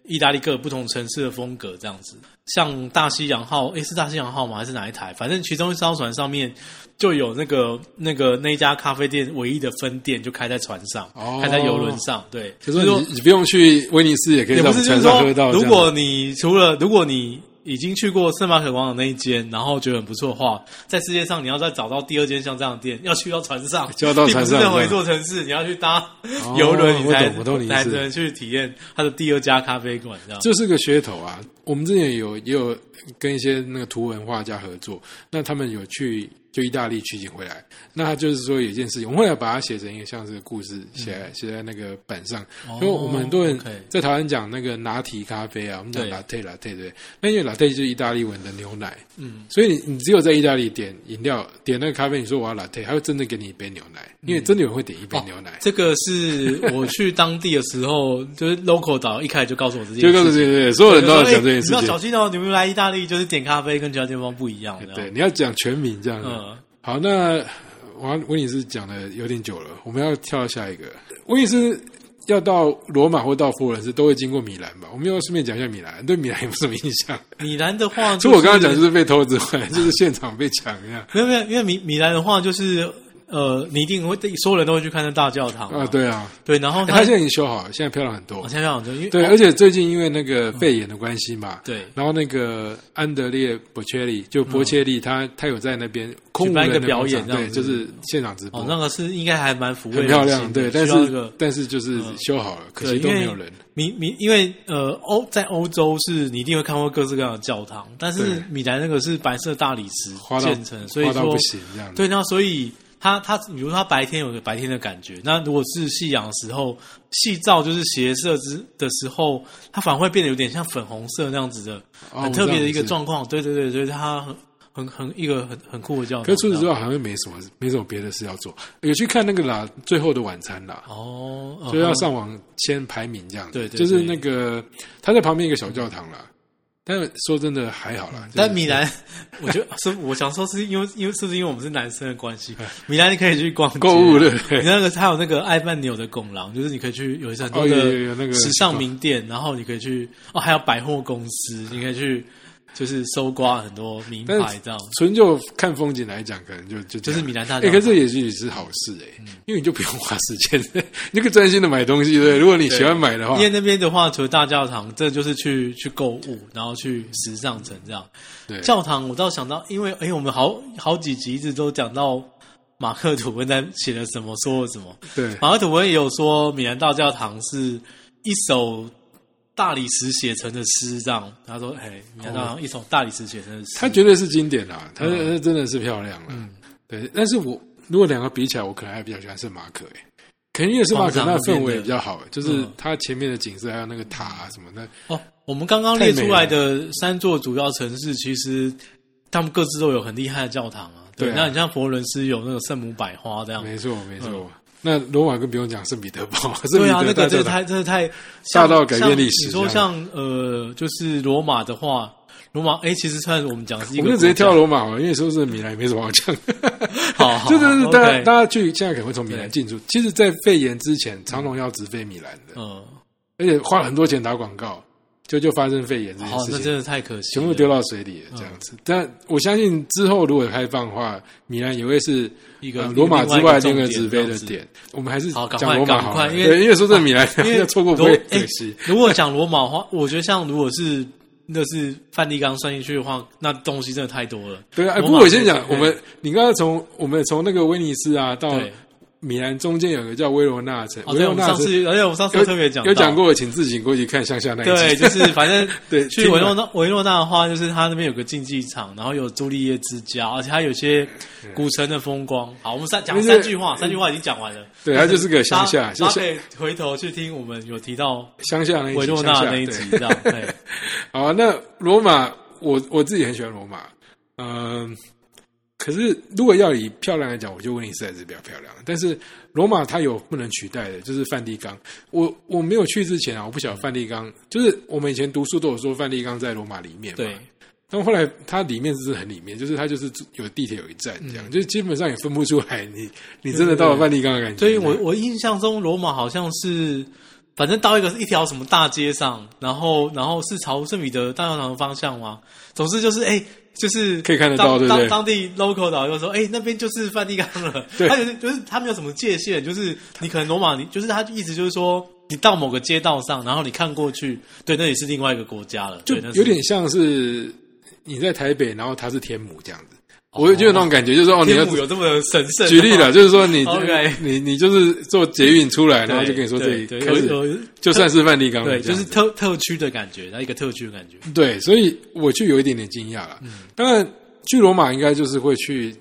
B: 意大利各不同城市的风格这样子。像大西洋号，诶是大西洋号吗？还是哪一台？反正其中一艘船上面就有那个那个那一家咖啡店唯一的分店，就开在船上，
A: 哦
B: 开在游轮上，对，
A: 就是说你你不用去威尼斯也可以
B: 也
A: 在
B: 不
A: 我们
B: 是，就是
A: 船上喝
B: 说，
A: 到。
B: 如
A: 这样
B: 果你除了如果你已经去过圣马可广场那一间，然后觉得很不错的话，在世界上你要再找到第二间像这样的店，要去到船上，
A: 就要到船上
B: 并不是任何一座城市，你要去搭
A: 哦
B: 游轮，你
A: 我
B: 才
A: 懂我懂你意思
B: 才能去体验它的第二家咖啡馆，这样。
A: 这是个噱头啊，我们之前也有也有跟一些那个图文画家合作，那他们有去就意大利取景回来，那他就是说有一件事情，我们后来把它写成一个像是故事，写在写在那个板上，因为我们很多人
B: OK
A: 在台湾讲那个拿铁咖啡啊，我们讲 latte
B: 对
A: latte 对，那因为 latte 就是意大利文的牛奶，
B: 嗯，
A: 所以你你只有在意大利点饮料点那个咖啡，你说我要 latte，他会真的给你一杯牛奶，因为真的有人会点一杯牛奶。
B: 这个是我去当地的时候，就是 local 导一开始就告诉我这件事
A: 就告
B: 情，
A: 诉你，对，所有人都要
B: 就说
A: 讲这件
B: 哎
A: 事
B: 你们要
A: 情
B: 小。心哦，你们来意大利就是点咖啡跟其他地方不一样，这样
A: 对，，你要讲全民这样子。
B: 嗯，
A: 好，那我威尼斯讲的有点久了，我们要跳到下一个。威尼斯要到罗马或到佛罗伦斯都会经过米兰吧？我们要顺便讲一下米兰，对米兰有没有什么印象？
B: 米兰的话、就是，
A: 除了我刚刚讲就是被偷之外， 就是现场被 抢一样
B: 没有没有，因为米米兰的话就是呃，你一定会所有人都会去看那大教堂嘛
A: 啊，对 啊，
B: 对，然后
A: 欸它
B: 他
A: 现在已经修好了，现在漂亮很多
B: 我。想想就因为
A: 对，而且最近因为那个肺炎的关系嘛，
B: 哦对
A: 然后那个安德烈博切利就博切利，他他有在那边空无
B: 嗯举办一个
A: 人的广
B: 表演
A: 场
B: 这样
A: 对，
B: 子
A: 就是现场直播
B: 哦，，那个是应该还蛮抚慰
A: 很
B: 人
A: 漂亮，
B: 心的
A: 对，但
B: 需要一
A: 是
B: 个嗯
A: 但是就是修好了，可惜
B: 对
A: 都
B: 因为
A: 没有人。
B: 米米，因为呃欧在欧洲是你一定会看过各式各样的教堂，但
A: 对
B: 是米兰那个是白色大理石
A: 花到
B: 建成，所以
A: 花到
B: 说
A: 不行这样子。
B: 对，那所以它它，比如说它白天有个白天的感觉，那如果是夕阳的时候，夕照就是斜射之的时候，它反而会变得有点像粉红色那样子的，
A: 哦
B: 很特别的一
A: 我知
B: 个
A: 道
B: 状况。对对对，所以它很很很一个很很酷的叫法。
A: 可是除此之
B: 外，
A: 外，好像没什么没什么别的事要做。有去看那个啦，《最后的晚餐》啦，
B: 哦，嗯
A: 就要
B: 哼
A: 上网先排名这样子。
B: 对对
A: 就是
B: 对
A: 那个他在旁边一个小教堂啦。但说真的还好啦，
B: 嗯但
A: 就是
B: 米兰， 我觉得是我想说，是因为因为是不是因为我们是男生的关系，米兰你可以去逛街
A: 哎购物对不对
B: 你那个它有那个爱曼纽的拱廊，就是你可以去有很多
A: 哦有
B: 的
A: 有有那个
B: 时尚名店，然后你可以去哦，还有百货公司，你可以去就是搜刮很多名
A: 但
B: 牌
A: 是
B: 这样。
A: 纯就看风景来讲，可能就就这
B: 就
A: 样
B: 是米兰大
A: 哎、
B: 教
A: 可
B: 堂，
A: 是也许是好事哎、
B: 嗯
A: 因为你就不用花时间， 你就可以专心的买东西，对不对。如果你喜欢买的话
B: 因，为那边的话，除了大教堂，这就是去去购物，然后去时尚城这样。
A: 对，
B: 教堂，我倒想到，因为哎、我们好好几集一直都讲到马克吐温在写了什么，说了什么。
A: 对，
B: 马克吐温也有说，米兰大教堂是一首大理石写成的诗，这样他说，哎，米兰大教堂一首大理石写成的诗，
A: 它绝对是经典啦，它、
B: 嗯
A: 它真的是漂亮啦。啊对，但是我如果两个比起来，我可能还比较喜欢圣马可哎、肯定是马可，
B: 广
A: 那
B: 场
A: 氛
B: 那
A: 围
B: 边
A: 也
B: 的
A: 比较好、就是
B: 嗯
A: 它前面的景色，还有那个塔、啊、什么的，
B: 哦，我们刚刚列出来的三座主要城市，其实他们各自都有很厉害的教堂啊。
A: 对啊
B: 那你像佛罗伦斯有那个圣母百花这样，
A: 没错没错、那罗马更不用讲，圣彼得堡，圣彼
B: 嗯对啊，
A: 得
B: 那
A: 大
B: 个真
A: 教
B: 的
A: 堂，
B: 太真的太
A: 大
B: 像
A: 到改变历史
B: 像你说
A: 这样
B: 像呃，就是罗马的话，罗马哎，其实算是我们讲的是一
A: 我
B: 个
A: 们
B: 国家，
A: 就直接跳罗马好了，因为说是米兰也没什么好讲。
B: 好，好，
A: 这就是大家、
B: 哦 OK
A: 大家去现在可能会从米兰
B: 对
A: 进驻。其实，在肺炎之前，长隆要直飞米兰的，
B: 嗯，
A: 而且花了很多钱打广告，就就发生肺炎这件
B: 好，
A: 事
B: 哦那
A: 情，
B: 真的太可惜了，
A: 全部丢到水
B: 嗯
A: 里了这样子。但我相信之后如果开放的话，米兰也会是
B: 一个
A: 呃罗马之外另
B: 另
A: 一
B: 外
A: 个
B: 一个
A: 直
B: 重点
A: 飞
B: 这
A: 的
B: 样子
A: 点。我们还是
B: 好赶
A: 讲
B: 快
A: 罗马好
B: 赶快
A: 了，
B: 因为
A: 对，因为说真的米兰
B: 因
A: 要
B: 为
A: 错过不
B: 如
A: 会
B: 哎
A: 可惜。
B: 如果讲罗马的话， 我觉得像如果是那是梵蒂冈算进去的话，那东西真的太多了。
A: 对啊，哎
B: 罗
A: 不
B: 马
A: 过我先
B: 可以
A: 讲，我
B: 对
A: 们你刚刚从我们从那个威尼斯啊到
B: 对，
A: 米兰中间有个叫威罗纳城，
B: 哦，
A: 维
B: 对，
A: 罗
B: 我们
A: 纳
B: 上
A: 城
B: 次，而且我们上次有特别讲
A: 有讲
B: 到。
A: 过，请自己过去看乡下那一集。
B: 对，就是反正
A: 对
B: 去
A: 听
B: 维
A: 完
B: 诺纳维诺纳的话，就是它那边有个竞技场，然后有朱丽叶之家，而且它有些古城的风光。好，我们三讲
A: 就是
B: 三句话，三句话已经讲完了。
A: 对，它就是个乡下，
B: 大家
A: 就
B: 大家
A: 是
B: 可以回头去听我们有提到
A: 乡下那一集
B: 维诺纳
A: 乡下
B: 那一
A: 对
B: 集，这样。对，
A: 好啊，那罗马，我我自己很喜欢罗马，嗯，可是如果要以漂亮来讲，我觉得威尼斯还是比较漂亮。但是罗马它有不能取代的，就是梵蒂冈。我我没有去之前啊，我不晓得梵蒂冈，就是我们以前读书都有说梵蒂冈在罗马里面嘛，
B: 对，
A: 但后来它里面是很里面，就是它就是有地铁有一站这样，就是基本上也分不出来你你真的到了梵蒂冈的感觉。
B: 所以我我印象中罗马好像是，反正到一个一条什么大街上，然后然后是朝圣彼得大教堂的方向吗？总之就是哎。就是
A: 可以看得
B: 当
A: 到对不对
B: 当当地 local 导游说：“哎、那边就是梵蒂冈了。”
A: 对
B: 他就是就是他没有什么界限，就是你可能罗马，你就是他意思就是说，你到某个街道上，然后你看过去，对，那也是另外一个国家了，
A: 就
B: 对那是
A: 有点像是你在台北，然后他是天母这样子，我就有那种感觉，就是说哦，你要
B: 天母有这么神 圣。
A: 举例了，就是说你
B: OK
A: 你你就是坐捷运出来，
B: 对，
A: 然后就跟你说这里
B: 对
A: 开
B: 对有
A: 始，
B: 有
A: 就算是梵蒂冈了，
B: 对，
A: 这
B: 就
A: 样
B: 是
A: 子
B: 特特区的感觉，它一个特嗯区的感觉。
A: 对，所以我就有一点点惊讶了。当然，去罗马应该就是会去，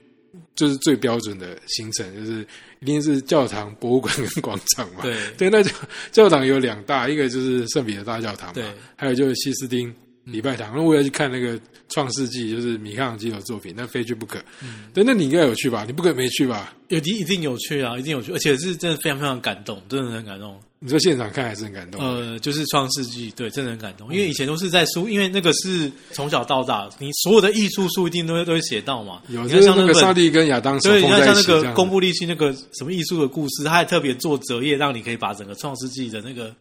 A: 就是最标准的行程，就是一定是教堂、博物馆跟广场嘛。
B: 对
A: 对，那就教堂有两大，一个就是圣彼得大教堂嘛，
B: 对
A: 还有就是西斯丁礼拜堂。那我要去看那个《创世纪》，就是米开朗基罗作品，那非去不可。
B: 嗯
A: 对，那你应该有去吧？你不可能没去吧？
B: 有一定一定有去啊，一定有去，而且是真的非常非常感动，真的很感动。
A: 你说现场看还是很感动。
B: 呃，就是创世纪，对，真的很感
A: 嗯
B: 动。因为以前都是在书，因为那个是从小到大，你所有的艺术书一定都会都会写到嘛。
A: 有，
B: 你
A: 就
B: 看
A: 是
B: 像
A: 那个
B: 本
A: 上帝跟亚当手
B: 对，你
A: 碰
B: 看
A: 在一
B: 像
A: 起
B: 那
A: 这
B: 个
A: 样
B: 公
A: 子。
B: 布利希那个什么艺术的故事，他还特别做折页，让你可以把整个创世纪的那个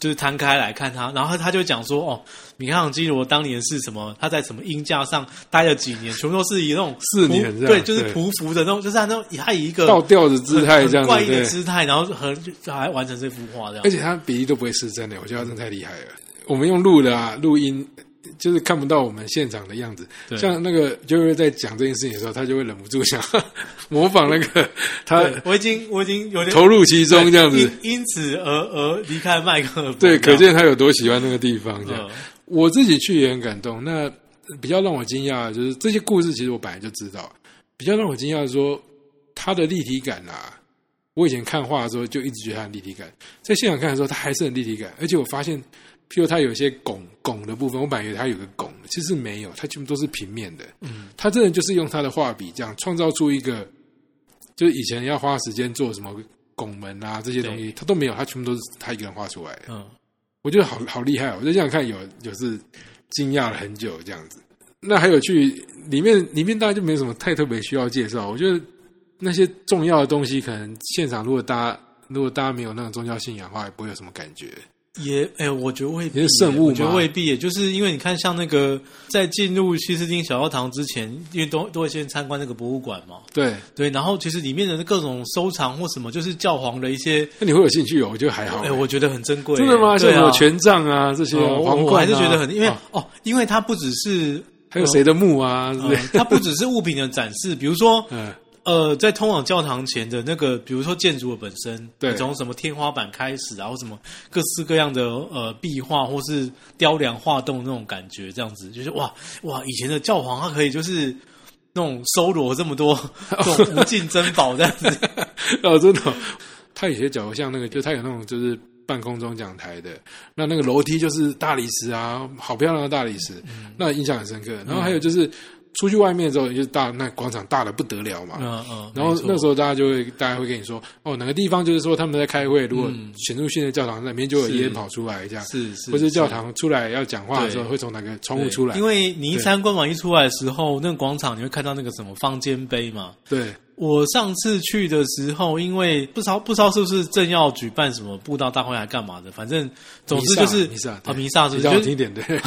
B: 就是摊开来看它。然后他就讲说，哦，米开朗基罗当年是什么？他在什么鹰架上待了几年，全部都是以那种
A: 四年
B: 匍
A: 这样
B: 对，就是
A: 对
B: 匍匐的那种，就是他那种他以一个
A: 倒吊的姿态
B: 很
A: 这样子，
B: 很怪异的
A: 对。
B: 姿态，然后很还完成这幅画这样
A: 而。且他比例都不会失真的，我觉得他真的太厉害了。我们用录的啊，录音就是看不到我们现场的样子。
B: 对
A: 像那个就是在讲这件事情的时候，他就会忍不住想 模仿那个他
B: 对我已经我已经有点
A: 投入其中这样子。
B: 因因此而而离开麦克风。
A: 对，
B: 这
A: 可
B: 样
A: 见他有多喜欢那个地方。这样，
B: 嗯
A: 我自己去也很感动。那比较让我惊讶的就是这些故事，其实我本来就知道。比较让我惊讶的是说，它的立体感啊，我以前看画的时候就一直觉得它很立体感，在现场看的时候它还是很立体感，而且我发现，譬如它有些拱拱的部分，我本来以为它有个拱，其实没有，它全部都是平面的。嗯，它真的就是用它的画笔这样创造出一个，就是以前要花时间做什么拱门啊这些东西，它都没有，它全部都是他一个人画出来的。
B: 嗯，
A: 我觉得好好厉害、哦，我在这样看有有是惊讶了很久这样子。那还有去里面里面大家就没什么太特别需要介绍，我觉得那些重要的东西，可能现场如果大家如果大家没有那种宗教信仰的话，也不会有什么感觉。
B: 也哎、我觉得未必
A: 你是圣物吗
B: 我觉得未必耶，就是因为你看，像那个在进入西斯汀小教堂之前，因为都都会先参观那个博物馆嘛，
A: 对，
B: 对，然后其实里面的各种收藏或什么，就是教皇的一些，
A: 那你会有兴趣哦？我觉得还好、
B: 哎、我觉得很珍贵耶，
A: 真的吗？像
B: 对
A: 什
B: 啊
A: 么，权杖啊这些
B: 哦我
A: 皇
B: 我
A: 冠
B: 还
A: 啊、
B: 是觉得很，因为、
A: 哦
B: 哦，因为它不只 是
A: 还有谁的墓啊之类的。
B: 呃它不只是物品的展示，比如说，
A: 嗯，
B: 呃，在通往教堂前的那个，比如说建筑的本身，
A: 对
B: 你从什么天花板开始，然后什么各式各样的呃壁画或是雕梁画栋那种感觉，这样子就是哇哇，以前的教皇他可以就是那种搜罗这么 多这种无尽珍宝这样子，
A: 哦，真的哦、它有些角落像那个，就它有那种就是半空中讲台的，那那个楼梯就是大理石啊，好漂亮的大理石，
B: 嗯
A: 那印象很深刻。然后还有就是、出去外面之后，就是大那广场大的不得了嘛。
B: 嗯嗯，
A: 然后那时
B: 候
A: 候大家就会，大家会跟你说，哦，哪个地方就是说他们在开会，如果选入训的教堂那边就有
B: 是
A: 烟跑出来这样，
B: 嗯是是
A: 或是教堂出来要讲话的时候
B: 对
A: 会从哪个窗户
B: 对
A: 出来，
B: 因为你一参观完一出来的时候，那个广场你会看到那个什么方尖碑嘛，
A: 对
B: 我上次去的时候，因为不知道不知道是不是正要举办什么布道大会还干嘛的，反正总之就是
A: 弥撒弥撒对
B: 啊弥撒是
A: 比
B: 不
A: 较
B: 是
A: 好听一点，对，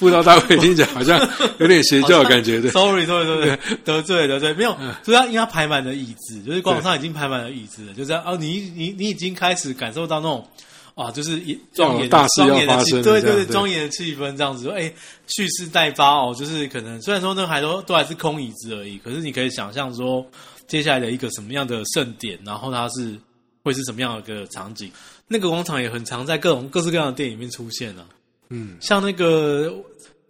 A: 布道大会听起来好像有点邪教的感觉，对，
B: Sorry Sorry Sorry，得罪得罪，没有，主要因为它排满了椅子，就是广场上已经排满了椅子了，就是啊，你你你已经开始感受到那种。啊，就是一庄严的
A: 哦大事要
B: 庄严的
A: 发
B: 气
A: 生，了
B: 对
A: 这样
B: 对对，
A: 对
B: 庄严的气氛这样子，哎，蓄势待发哦，就是可能虽然说那还都都还是空椅子而已，可是你可以想象说接下来的一个什么样的盛典，然后它是会是什么样的一个场景。那个广场也很常在各种各式各样的电影里面出现啊，
A: 嗯，
B: 像那个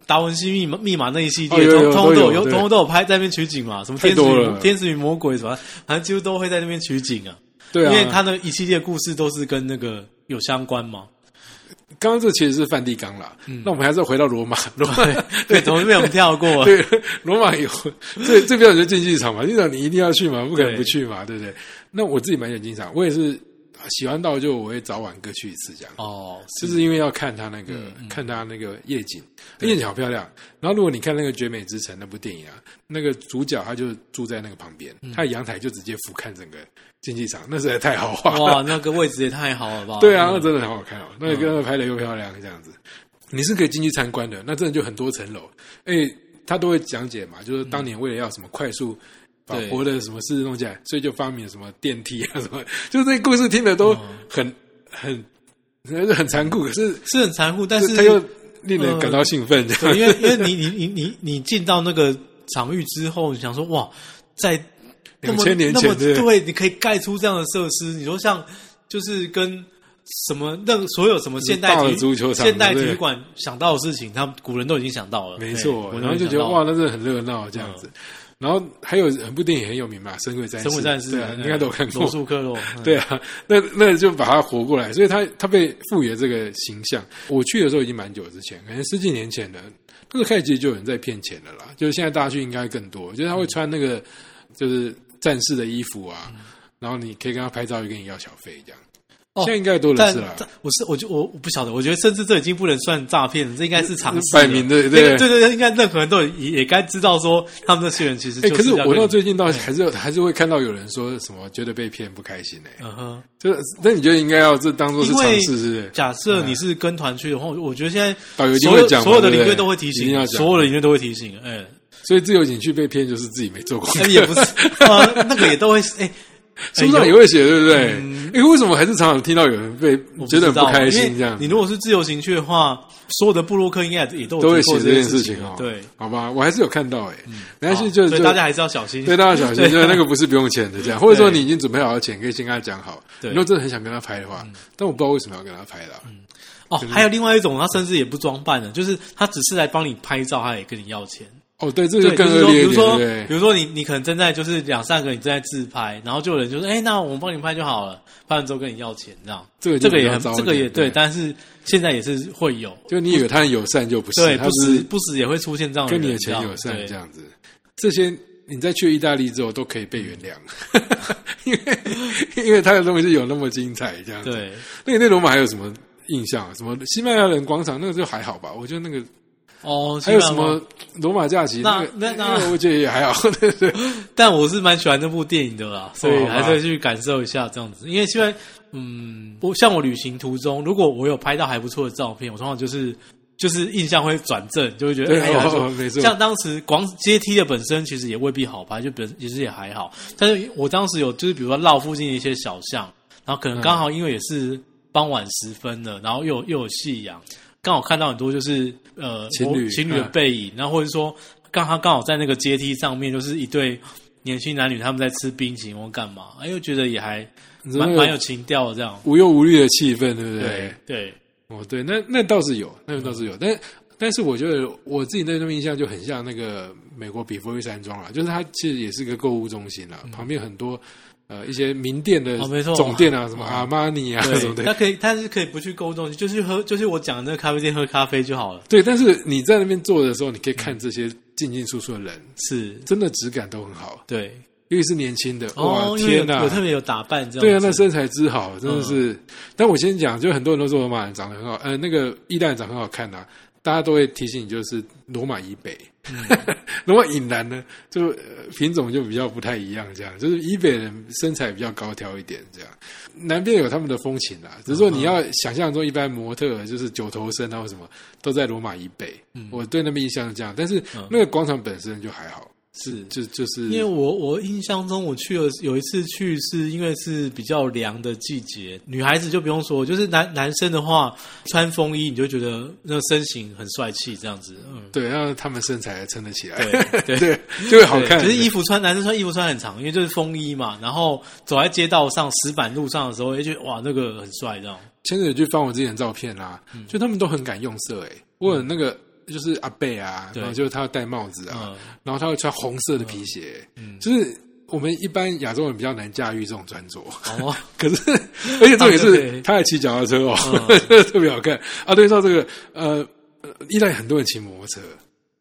B: 达文西密码密码那一系
A: 哦
B: 列，
A: 有有
B: 通通
A: 都
B: 都
A: 有对
B: 通通都有拍在那边取景嘛，什么
A: 太
B: 天使
A: 多
B: 与
A: 了
B: 天使与魔鬼什么，反正几乎都会在那边取景啊，
A: 对啊，
B: 因为他的一系列故事都是跟那个有相关 嘛。
A: 刚刚这其实是梵蒂冈啦，那我们还是要回到罗马。罗马
B: 对，怎么被我们跳过啊了？
A: 对罗马有 这这边有就竞技场嘛，竞技场你一定要去嘛，不可能不去嘛，对不对？那我自己蛮喜欢竞技场，我也是啊喜欢到就我会早晚各去一次这样。
B: 哦，
A: 就是是因为要看他那个、看他那个夜景，夜景好漂亮。然后如果你看那个《绝美之城》那部电影啊，那个主角他就住在那个旁边，他的阳台就直接俯瞰整个竞技场，那实在太豪华了。
B: 哇，那个位置也太好了吧？
A: 对啊，
B: 嗯
A: 那真的很好看哦，那个拍的又漂亮，这样子，你是可以进去参观的。那真的就很多层楼，哎，他都会讲解嘛，就是当年为了要什么快速把
B: 嗯对
A: 活的什么事弄起来，所以就发明了什么电梯啊什么，就是这故事听的
B: 嗯
A: 都很很很很残酷，可是
B: 是很残酷，但是嗯
A: 他又令人感到兴奋，这 样
B: 对，因为因为你你你你你进到那个场域之后，你想说哇，在那么
A: 2000年前
B: 那么
A: 对
B: 对，你可以盖出这样的设施。你说像就是跟什么任所有什么现代
A: 大的
B: 体育
A: 足球场
B: 现代体
A: 对
B: 育馆想到的事情，他们古人都已经想到了，
A: 没
B: 对
A: 错。
B: 古
A: 然
B: 人都
A: 后
B: 已
A: 就
B: 经
A: 觉得
B: 想到
A: 哇，
B: 了，
A: 那真的很热闹这
B: 嗯
A: 样子。然后还有很部电影很有名嘛，《神鬼战士》。
B: 神武战士
A: 对啊，你应该都有看过
B: 哎罗。素 克洛，嗯
A: 对啊，那那就把他活过来，所以他他被赋予了这个形象。我去的时候已经蛮久之前，可能十几年前了。那个开始就有人在骗钱的啦，就是现在大家去应该更多，就是他
B: 嗯
A: 会穿那个就是战士的衣服啊，然后你可以跟他拍照，也跟你要小费这样。
B: 哦
A: 现在应该多的
B: 但
A: 是啦，
B: 但我是我就我我不晓得，我觉得甚至这已经不能算诈骗了，这应该是常识了。
A: 摆明的
B: 那个
A: 对
B: 对对对，应该任何人都也也该知道说他们这些人其实
A: 哎、
B: 就
A: 可是
B: 是要
A: 我
B: 跟嗯
A: 到
B: 你
A: 最近到还是还是会看到有人说什么觉得被骗不开心呢、
B: 嗯哼。
A: 就是那你觉得应该要这当做是
B: 因
A: 尝
B: 为
A: 试，是不是？
B: 假设你是跟团去的话，我我觉得现在
A: 导游一定
B: 所有
A: 会讲嘛
B: 所有的
A: 对不
B: 领
A: 对
B: 队都会提
A: 一定要
B: 醒，
A: 讲
B: 所有的领队都会提醒，哎、
A: 所以自由景区被骗就是自己没做功课
B: 哎，也不是，呃，那个也都会， 哎、
A: 书上也会写，对不对？因为为什么还是常常听到有人被
B: 嗯我
A: 觉得
B: 知道
A: 很不开心
B: 因
A: 这
B: 为
A: 样
B: 你？如果是自由行去的话，所有的部落客应该也都有
A: 都会
B: 听
A: 写
B: 过
A: 这件
B: 事
A: 事情哦，
B: 对，，嗯
A: 好吧，我还是有看到哎，没关
B: 好
A: 系，就
B: 所
A: 就
B: 以大家还是要小心。
A: 对大家小心，
B: 对
A: 就是那个不是不用钱的这样，或者说
B: 对
A: 你已经准备好钱，可以先跟他讲好。
B: 对嗯
A: 如果真的很想跟他拍的话，但我不知道为什么要跟他拍啦。
B: 哦，还有另外一种，他甚至也不装扮的，就是他只是来帮你拍照，他也跟你要钱。
A: 哦，对，这
B: 对，
A: 个
B: 就
A: 更
B: 是
A: 恶
B: 说，比
A: 劣一
B: 如
A: 点，
B: 说，
A: 对
B: 比如说你你可能正在就是两三个你正在自拍，然后就有人就说，哎、那我们帮你拍就好了，拍完之后跟你要钱这样。
A: 这个就
B: 这个
A: 比
B: 也
A: 较
B: 很
A: 糟一
B: 这个
A: 点
B: 也对，
A: 对
B: 但是现在也是会有，
A: 就你以为他很友善，就不
B: 对，
A: 是，他
B: 不
A: 只
B: 时
A: 是
B: 不时也会出现这样的
A: 跟
B: 人，
A: 你的前
B: 这样
A: 友善
B: 对
A: 这样子。这些你在去意大利之后都可以被原谅， 因 为因为他的东西有那么精彩这样子。
B: 对，
A: 那个内罗马还有什么印象啊？什么西班牙人广场那个就还好吧？我觉得那个
B: 哦，
A: 还有
B: 西
A: 什
B: 班牙
A: 么罗马假期
B: 那
A: 个
B: 那那
A: 个我觉得也还好。 对对对
B: 但我是蛮喜欢这部电影的啦，所以
A: 哦好吧
B: 还是会去感受一下这样子。因为现在，嗯，我像我旅行途中，如果我有拍到还不错的照片，我通常就是就是印象会转正，就会觉得
A: 对
B: 哎呀，还不错
A: 哦没错
B: 像当时广阶梯的本身其实也未必好拍，就本其实也还好。但是我当时有就是比如说绕附近的一些小巷，然后可能刚好因为也是傍晚时分了，然后又有又有夕阳，刚好看到很多就是呃
A: 情侣
B: 我情侣的
A: 嗯
B: 背影，然后或者说刚他刚好在那个阶梯上面，就是一对年轻男女他们在吃冰淇淋或干嘛，哎，又觉得也还
A: 说
B: 蛮
A: 那个
B: 蛮有情调的这样。
A: 无忧无虑的气氛，对不
B: 对 对，
A: 哦，对，那那倒是有，那倒是有，但但是我觉得我自己那种印象就很像那个美国比佛利山庄啦，就是它其实也是个购物中心啦，旁边很多呃一些名店的
B: 嗯哦没错
A: 总店啊，什么
B: 哦
A: 阿玛尼啊什么
B: 对，他
A: 的。
B: 可以，但是可以不去沟通，就是喝，就是我讲的那个咖啡店喝咖啡就好了。
A: 对，但是你在那边坐的时候，你可以
B: 嗯
A: 看这些进进出出的人，
B: 是，
A: 真的质感都很好，
B: 对，
A: 尤其是年轻的，
B: 哦，
A: 哇，
B: 因为有
A: 天哪
B: 有！特别有打扮这样子。嗯
A: 对啊，那身材之好，真的是。但我先讲，就很多人都说罗马人长得很好，呃，那个意大利人长得很好看呐、啊大家都会提醒你，就是罗马以北，
B: 嗯
A: 罗马以南呢，就、呃品种就比较不太一样，这样就是以北人身材比较高挑一点，这样南边有他们的风情啦、啊只是说你要想象中一般模特儿就是九头身啊或什么，都在罗马以北。
B: 嗯
A: 我对那边印象是这样，但是那个广场本身就还好，
B: 是
A: 就就是
B: 嗯因为我我印象中我去了有一次去是因为是比较凉的季节，女孩子就不用说，就是男男生的话穿风衣你就觉得那个身形很帅气这样子，嗯，
A: 对，让他们身材撑得起来，
B: 对
A: 对，就会好看。
B: 只是衣服穿男生穿衣服穿很长，因为就是风衣嘛，然后走在街道上石板路上的时候，也哎觉得哇那个很帅这样，
A: 前阵子去翻我之前的照片啦、
B: 嗯
A: 就他们都很敢用色诶、我有那个就是阿贝啊，
B: 对
A: 然后就是他要戴帽子啊，
B: 嗯，
A: 然后他会穿红色的皮鞋、欸就是我们一般亚洲人比较难驾驭这种穿着。
B: 哦，
A: 可是，而且重点
B: 啊对
A: 是
B: 对
A: 他还骑脚踏车哦，
B: 嗯
A: 特别好看啊！对，说到这个，呃，呃意大利很多人骑摩托车，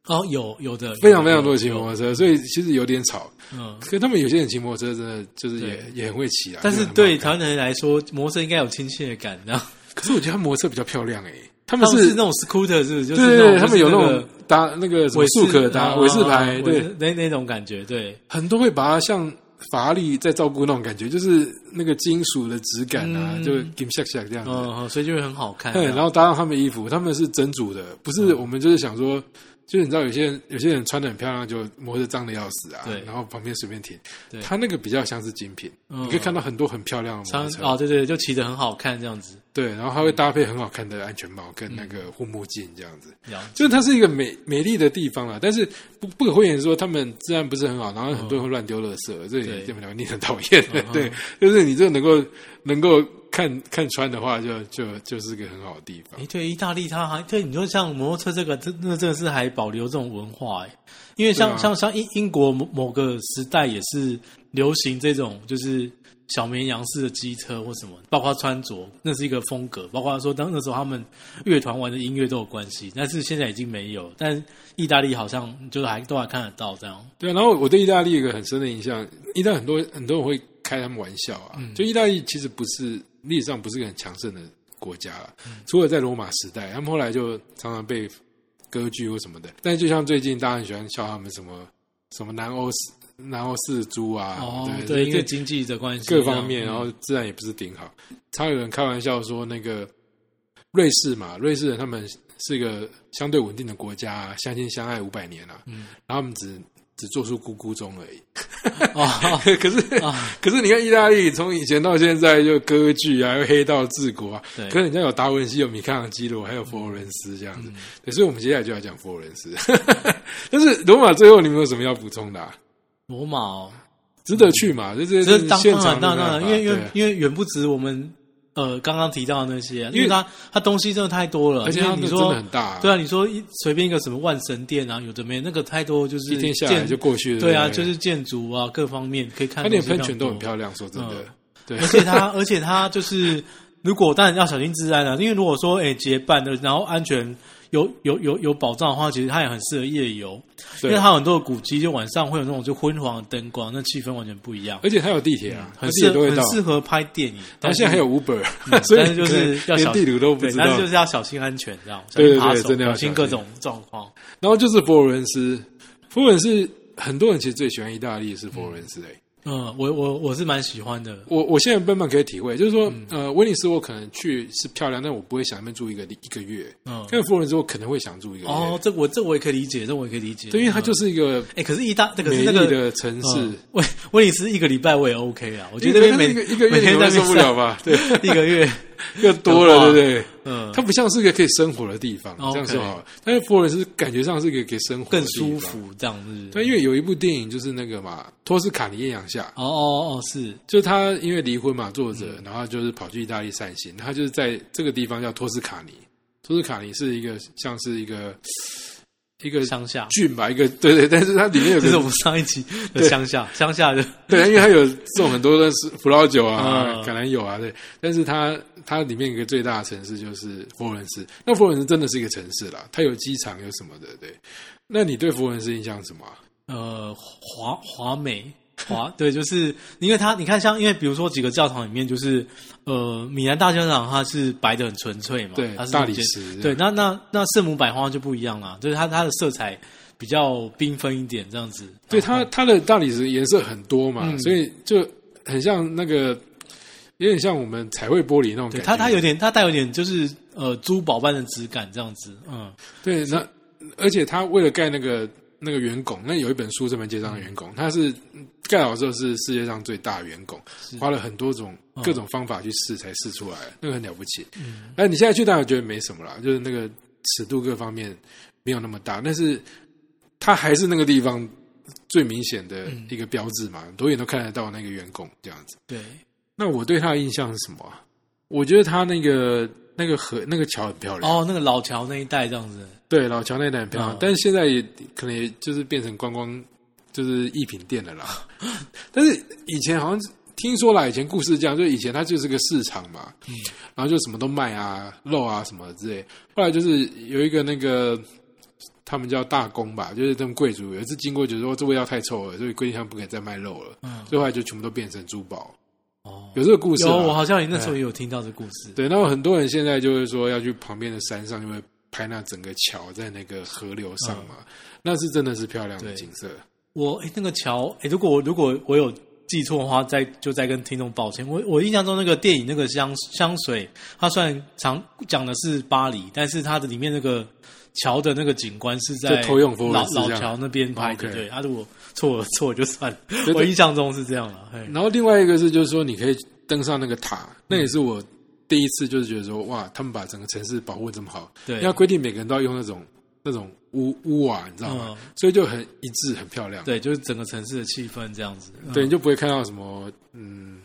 B: 哦有有的
A: 非常非常多人骑
B: 有
A: 摩托车，所以其实有点吵。
B: 嗯。
A: 可他们有些人骑摩托车真的就是也
B: 对
A: 也很会骑啊，
B: 但是
A: 就很好看
B: 对台湾人来说，摩托车应该有亲切感，然后
A: 可是我觉得他摩托车比较漂亮诶、欸他
B: 他
A: 们
B: 们是那种 scooter 是不是？就是
A: 对
B: 那种
A: 对，他们
B: 就是
A: 有那
B: 那个
A: 种搭那个什么
B: 韦啊
A: 速可
B: 达
A: 搭韦氏牌，对，
B: 那那种感觉，对，
A: 很多会把它像法拉利在照顾那种感觉，就是那个金属的质感啊，
B: 嗯
A: 就金闪闪这样子。
B: 嗯，所以就会很好看。
A: 对，然后搭上他们衣服，他们是真主的，不是我们就是想说，就是你知道有些人有些人穿的很漂亮，就摩托车脏的要死啊，
B: 对
A: 然后旁边随便停
B: 对，
A: 他那个比较像是精品，
B: 嗯
A: 你可以看到很多很漂亮的摩
B: 常
A: 托车，
B: 哦，对嗯对，就骑得很好看这样子，
A: 对，然后还会搭配很好看的安全帽跟
B: 嗯
A: 那个护目镜这样子。
B: 了解
A: 就是它是一个美美丽的地方啦，但是不不可讳言说他们治安不是很好，然后很多人会乱丢垃圾，这也
B: 对
A: 这么聊你很讨厌， 对，就是你这能够能够看看穿的话就，就就是个很好的地方
B: 诶，。对，意大利它还对你说像摩托车这个，真那真的是还保留这种文化诶，因为像、
A: 对啊
B: 像像英英国某某个时代也是流行这种就是小绵羊式的机车或什么，包括穿着那是一个风格，包括说当那时候他们乐团玩的音乐都有关系，但是现在已经没有，但意大利好像就是还都还看得到这样，
A: 对啊，然后我对意大利有一个很深的印象，意大利很多很多人会开他们玩笑啊，就意大利其实不是历史上不是个很强盛的国家了，除了在罗马时代，他们后来就常常被割据或什么的。但就像最近大家很喜欢笑他们什么什么南欧四南欧四猪啊，
B: 哦，
A: 对，
B: 因
A: 这
B: 为经济的关系，
A: 各方面，
B: 这
A: 然
B: 样
A: 后自然也不是顶好。常有人开玩笑说，那个瑞士嘛，瑞士人他们是一个相对稳定的国家、啊相亲相爱五百年了、嗯，然后他们只只做出咕咕钟而已。
B: 哦，
A: 可是，可是你看意大利从以前到现在，就割据啊，又黑道治国啊，
B: 对
A: 可是人家有达文西，有米开朗基罗，还有佛罗伦斯这样
B: 嗯
A: 子。对，所以我们接下来就要讲佛罗伦斯。 但是罗马最后，你们有什么要补充的、啊？
B: 罗马、哦。
A: 值得去嘛？就这
B: 这
A: 些
B: 当
A: 现
B: 当
A: 场
B: 然啊
A: 的
B: 当
A: 没办
B: 然当
A: 法
B: 然，因为因为
A: 对
B: 因为远不止我们呃刚刚提到的那些，
A: 因
B: 因
A: 为
B: 为它它东西真的太多了，
A: 而且
B: 因为
A: 它
B: 你
A: 那
B: 说
A: 真的很大啊
B: 对啊，你说一随便一个什么万神殿啊，有的没那个太多，就是
A: 一天下来
B: 建
A: 就过去了。
B: 对啊，
A: 不
B: 就是建筑啊各方面可以看
A: 它
B: 的
A: 连
B: 东西非
A: 喷
B: 常多，
A: 泉都很漂亮，说真的，
B: 嗯
A: 对
B: 而且它， 而且它就是，如果当然要小心治安了、啊因为如果说诶、结伴的，然后安全有有有有保障的话，其实它也很适合夜游，因为
A: 对
B: 它有很多的古迹，就晚上会有那种就昏黄的灯光，那气氛完全不一样，
A: 而且它有地铁啊，它
B: 嗯很
A: 地
B: 适
A: 铁都会
B: 很
A: 到。
B: 适合拍电影。
A: 然
B: 但
A: 后
B: 是
A: 现在还有 Uber，、
B: 嗯
A: 所
B: 但
A: 以
B: 是就是要
A: 连
B: 小
A: 地
B: 理
A: 图都不知道
B: 但。是就是要小心安全，这样小
A: 对
B: 心
A: 对
B: 扒
A: 对
B: 手，
A: 真的要
B: 小心
A: 小
B: 各
A: 心
B: 种状况。
A: 然后就是佛罗伦斯，佛罗伦斯很多人其实最喜欢意大利的是佛罗伦斯诶、欸
B: 嗯，我我我是蛮喜欢的，
A: 我我现在慢慢可以体会，就是说，
B: 嗯
A: 呃，威尼斯我可能去是漂亮，但我不会想那边住一个一个月。
B: 嗯，
A: 但佛罗伦斯我可能会想住一个月，
B: 哦，这我这我也可以理解，这我也可以理解，
A: 对，因为它
B: 嗯
A: 就是一个
B: 哎、可是意大，可
A: 美丽
B: 是那个
A: 的城市。
B: 嗯威威尼斯一个礼拜我也 OK 啊，我觉
A: 因
B: 得
A: 为
B: 那边每
A: 一个一个
B: 每
A: 月
B: 天
A: 你会
B: 在那边
A: 受不了 吧？ 对，
B: 晒一个月，
A: 又多了，
B: 的
A: 对
B: 话
A: 不对？
B: 嗯，哦
A: 它不像是一个可以生活的地方，
B: OK
A: 这样说好了。但是佛罗伦斯感觉上是一个可以生活的
B: 更
A: 地方
B: 舒。服这样子。
A: 对，因为有一部电影就是那个嘛，《托斯卡尼艳阳下》，
B: 哦嗯哦哦，是
A: 就是他因为离婚嘛，作者，然后就是跑去意大利散心。他就是在这个地方叫托斯卡尼，托斯卡尼是一个像是一个一个
B: 乡下，
A: 郡吧，一个对对，但是它里面有
B: 这是我
A: 个
B: 们上一集的乡下，乡下的
A: 对，因为它有种很多的是葡萄酒啊、
B: 嗯
A: 橄榄油啊，对。但是它它里面一个最大的城市就是佛罗伦斯，那佛罗伦斯真的是一个城市啦，它有机场有什么的，对。那你对佛罗伦斯印象是什么啊？
B: 呃华华美。华对，就是因为它，你看像，因为比如说几个教堂里面，就是呃，米兰大教堂它是白的很纯粹嘛，
A: 对
B: 它是
A: 大理
B: 简
A: 石
B: 对，那那那圣母百花就不一样啦，就是它它的色彩比较缤纷一点，这样子。
A: 对
B: 然后
A: 它它的大理石颜色很多嘛，
B: 嗯
A: 所以就很像那个，有点像我们彩绘玻璃那种感
B: 对
A: 觉。
B: 它它有点它带有点就是呃珠宝般的质感这样子，嗯，
A: 对，那而且它为了盖那个那个圆拱，那有一本书专门介绍那个圆拱，它是盖好之后是世界上最大的圆拱，花了很多种各种方法去试才试出来，那个很了不起。那你现在去当然觉得没什么啦，就是那个尺度各方面没有那么大，但是它还是那个地方。最明显的一个标志嘛，多远都看得到那个圆拱这样子。
B: 对，
A: 那我对他的印象是什么啊？我觉得他那个那个河那个桥很漂亮，
B: 哦，那个老桥那一带这样子，
A: 对，老桥那一带很漂亮，
B: 嗯
A: 但是现在也可能也就是变成观光就是艺品店了啦。 但是以前好像是听说啦，以前故事是这样，就以前它就是个市场嘛，
B: 嗯
A: 然后就什么都卖啊，肉啊什么之类。后来就是有一个那个。他们叫大公吧，就是他们贵族有一次经过，就说这味道太臭了，所以规定他们不可以再卖肉了。
B: 嗯
A: 所以后来就全部都变成珠宝，
B: 哦，
A: 有这个故事、啊。
B: 有我好像也那时候也有听到这故事，
A: 对，那么很多人现在就是说要去旁边的山上，就会拍那整个桥在那个河流上嘛，那是真的是漂亮的
B: 嗯对
A: 景色。
B: 我诶那个桥，诶如果我如果我有记错的话，再就再跟听众抱歉。我我印象中那个电影那个香香水，它虽然常讲的是巴黎，但是它的里面那个桥的那个景观是在
A: 就偷用佛罗
B: 老
A: 伦斯
B: 老
A: 这样
B: 桥那边拍的，
A: OK
B: 对。啊，如果错了错了就算了，
A: 对
B: 我印象中是这样了，嘿，
A: 然后另外一个是，就是说你可以登上那个塔，那也是我第一次就是觉得说，哇，他们把整个城市保护得这么好，
B: 对
A: 要规定每个人都要用那种那种屋屋瓦，你知道吗？
B: 嗯
A: 所以就很一致，很漂亮。
B: 对，就是整个城市的气氛这样子。嗯
A: 对，你就不会看到什么嗯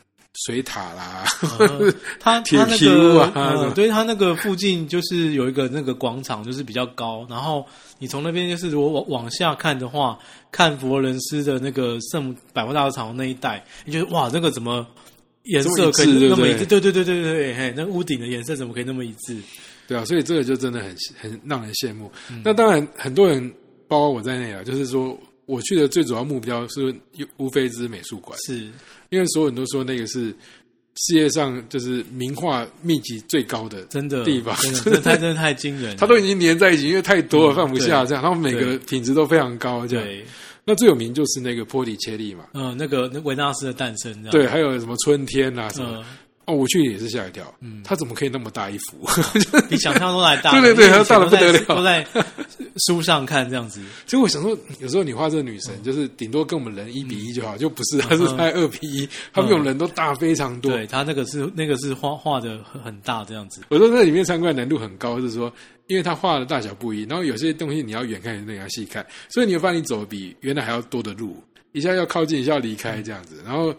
A: 水塔啦，
B: 嗯他
A: 铁
B: 他那
A: 皮屋
B: 个
A: 啊什么
B: 嗯，对他那个附近就是有一个那个广场，就是比较高，然后你从那边就是如果往往下看的话，看佛罗伦斯的那个圣母百货大教堂那一带，你觉得哇，那个怎么？颜色可
A: 这么一致
B: 以那么
A: 对
B: 一
A: 不
B: 致，对对对对对对，嘿，那屋顶的颜色怎么可以那么一致？
A: 对啊，所以这个就真的很很让人羡慕。
B: 嗯
A: 那当然，很多人包括我在内啊，就是说我去的最主要目标是乌菲兹美术馆，
B: 是，
A: 因为所有人都说那个是世界上就是名画密集最高的
B: 真的
A: 地方，
B: 真 的真的太真的太惊人了。
A: 它都已经连在一起，因为太多了放不下，
B: 嗯对
A: 这样，然后每个
B: 对
A: 品质都非常高，这样。
B: 对，
A: 那最有名就是那个波提切利嘛，
B: 嗯，那个那维纳斯的诞生，这样
A: 对，，还有什么春天啊什么。
B: 嗯，
A: 哦，我去也是吓一跳，它怎么可以那么大一幅？
B: 比想象中还大，
A: 对对对
B: 因为以
A: 它大
B: 前
A: 得不得了
B: 都在都在书上看这样子，
A: 所以我想说，有时候你画这个女
B: 嗯
A: 神，就是顶多跟我们人一比一就好，就不是，她是拍二比一，她比我们人都大非常多。
B: 嗯对他那个是那个是画画的很很大这样子，
A: 我说那里面参观难度很高，是说，因为她画的大小不一，然后有些东西你要远看，有些东西要细看，所以你会发现你走得比原
B: 嗯
A: 来还要多的路，一下要靠近，一下要离开这样子。然后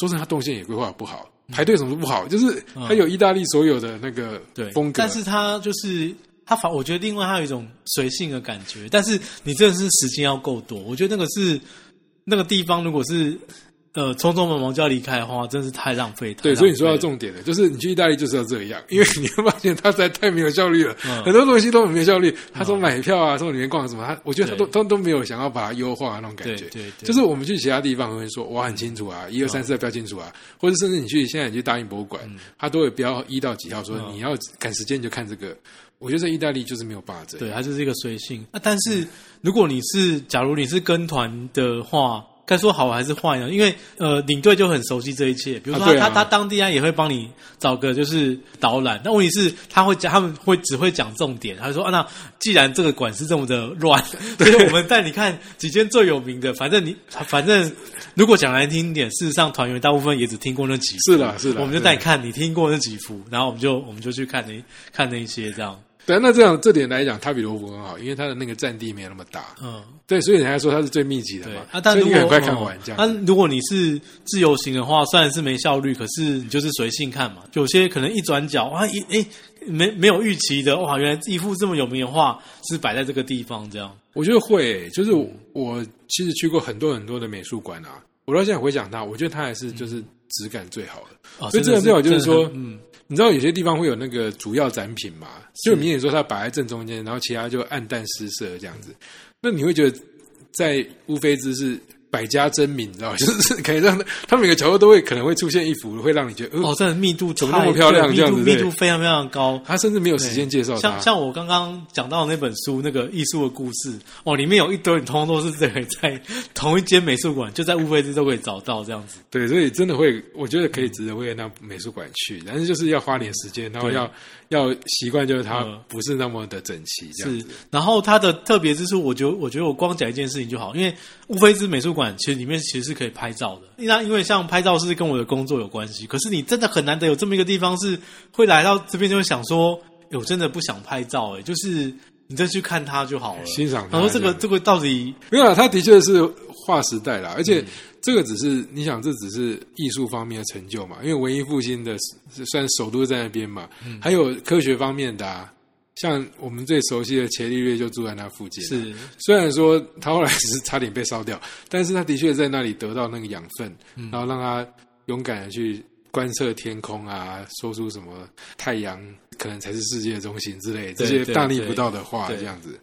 A: 说是她动线也规划不好，排队有什么不好？就是它有意大利所有的那个
B: 嗯对
A: 风格，
B: 但是它就是它反，我觉得另外它有一种随性的感觉，但是你真的是时间要够多，我觉得那个是那个地方如果是呃匆匆忙忙就要离开的话，真是太浪费。太
A: 对，
B: 浪
A: 所以你说到
B: 费了
A: 重点了，就是你去意大利就是要这样，因为你会发现它实在太没有效率了，
B: 嗯
A: 很多东西都很没有效率。他说买票啊，说里面逛什么，他我觉得他都
B: 对
A: 都都没有想要把它优化那种感觉。
B: 对对对嗯
A: 就是我们去其他地方会说我很清楚啊，一二三四的标清楚啊，或者甚至你去现在你去大英博物馆，
B: 嗯
A: 它都会标一到几号，说你要赶时间你就看这个。我觉得在意大利就是没有办法这样。
B: 对，啊它就是一个随性。那、但是
A: 嗯
B: 如果你是，假如你是跟团的话，该说好还是坏呢？因为呃，领队就很熟悉这一切，比如说
A: 啊
B: 他、
A: 对啊
B: 他他当地啊也会帮你找个就是导览。那问题是他会讲，他们会只会讲重点。他就说啊，那既然这个馆是这么的 乱，所以我们带你看几间最有名的。反正你反正如果讲难听一点，事实上团员大部分也只听过那几幅
A: 是啦是啦
B: 我们就带你
A: 对
B: 看你听过那几幅，然后我们就我们就去看那看那一些这样。
A: 对，啊那这样这点来讲，它比罗浮很好，因为它的那个占地没有那么大。
B: 嗯，
A: 对，所以人家说它是最密集的
B: 对
A: 嘛，
B: 啊，但
A: 所以
B: 如
A: 你
B: 果
A: 很快看完
B: 嗯
A: 这样
B: 啊
A: 子。，
B: 如果你是自由行的话，虽然是没效率，可是你就是随性看嘛。有些可能一转角哇，一哎、没没有预期的哇，原来一幅这么有名的画是摆在这个地方这样。
A: 我觉得会、就是我
B: 嗯
A: 我其实去过很多很多的美术馆啊，我到现在回想它，我觉得它还是
B: 嗯
A: 就是质感最好的。
B: 啊，
A: 所以这
B: 真的
A: 个最好就是
B: 真的很
A: 说
B: 嗯，
A: 你知道有些地方会有那个主要展品嘛，就明显说它摆在正中间，然后其他就暗淡失色这样子。那你会觉得在乌菲兹是百家争鸣，你知道吗？ 就是可以让它每个角落都会可能会出现一幅，会让你觉得，呃、
B: 哦，真的密度怎
A: 么那么漂亮
B: 密
A: 这样
B: 度
A: 子
B: 密
A: 对
B: 度非常非常高。
A: 它甚至没有时间介绍它
B: 像。像我刚刚讲到的那本书，那个艺术的故事哦，里面有一堆，通通都是这个在同一间美术馆，就在乌菲兹都可以找到这样子。
A: 对，所以真的会，我觉得可以值得会那美术馆去，但是就是要花点时间，然后
B: 对
A: 要要习惯，就是它
B: 嗯
A: 不是那么的整齐，这样
B: 是
A: 子。，
B: 然后它的特别之处，我觉得，我觉得我光讲一件事情就好，因为乌菲兹美术馆其实里面其实是可以拍照的。那因为像拍照是跟我的工作有关系，可是你真的很难得有这么一个地方是会来到这边就会想说，哎我真的不想拍照、哎，就是你再去看它就好了，
A: 欣赏它
B: 然后这
A: 这
B: 个
A: 样
B: 这个到底
A: 没有啦，它的确是划时代啦，而
B: 嗯
A: 且这个只是你想，这只是艺术方面的成就嘛，因为文艺复兴的算首都在那边嘛，
B: 嗯
A: 还有科学方面的、啊，像我们最熟悉的伽利略就住在那附近、啊
B: 是
A: 虽然说他后来只是差点被烧掉， 但是他的确在那里得到那个养分，
B: 嗯
A: 然后让他勇敢的去观测天空啊，说出什么太阳可能才是世界的中心之类这
B: 对
A: 些
B: 对
A: 大逆
B: 对
A: 不道的话，
B: 对嗯
A: 这样子。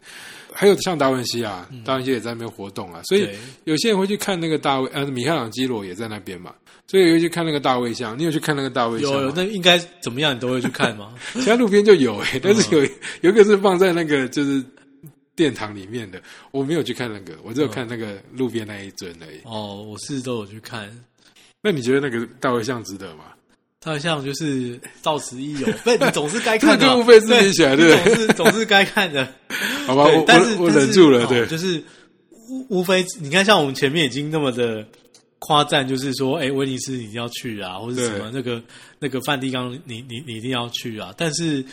A: 还有像达文西啊，达文西也在那边活动啊，所以
B: 对
A: 有些人会去看那个大卫，呃，米开朗基罗也在那边嘛，所以会去看那个大卫像。你有去看那个大卫像
B: 有有
A: 吗？
B: 那应该怎么样，你都会去看吗？
A: 其他路边就有
B: 嗯
A: 诶、但是有、有一个是放在那个就是殿堂里面的，我没有去看那个，我只有看那个路边那一尊而已。
B: 哦，我是都有去看，
A: 那你觉得那个大卫像值得吗？
B: 它好像就是到此一游，不，你总是该看
A: 这跟
B: 的 嘛，
A: 乌菲兹比起来
B: 对
A: 对不
B: 你总是总是该看的。
A: 好吧，我
B: 对，但是
A: 我我
B: 但是
A: 忍住了，
B: 哦
A: 对，
B: 就是无无非你看，像我们前面已经那么的夸赞，就是说，哎，威尼斯你一定要去啊，或者
A: 对
B: 什么那个那个梵蒂冈你，你你你一定要去啊。但是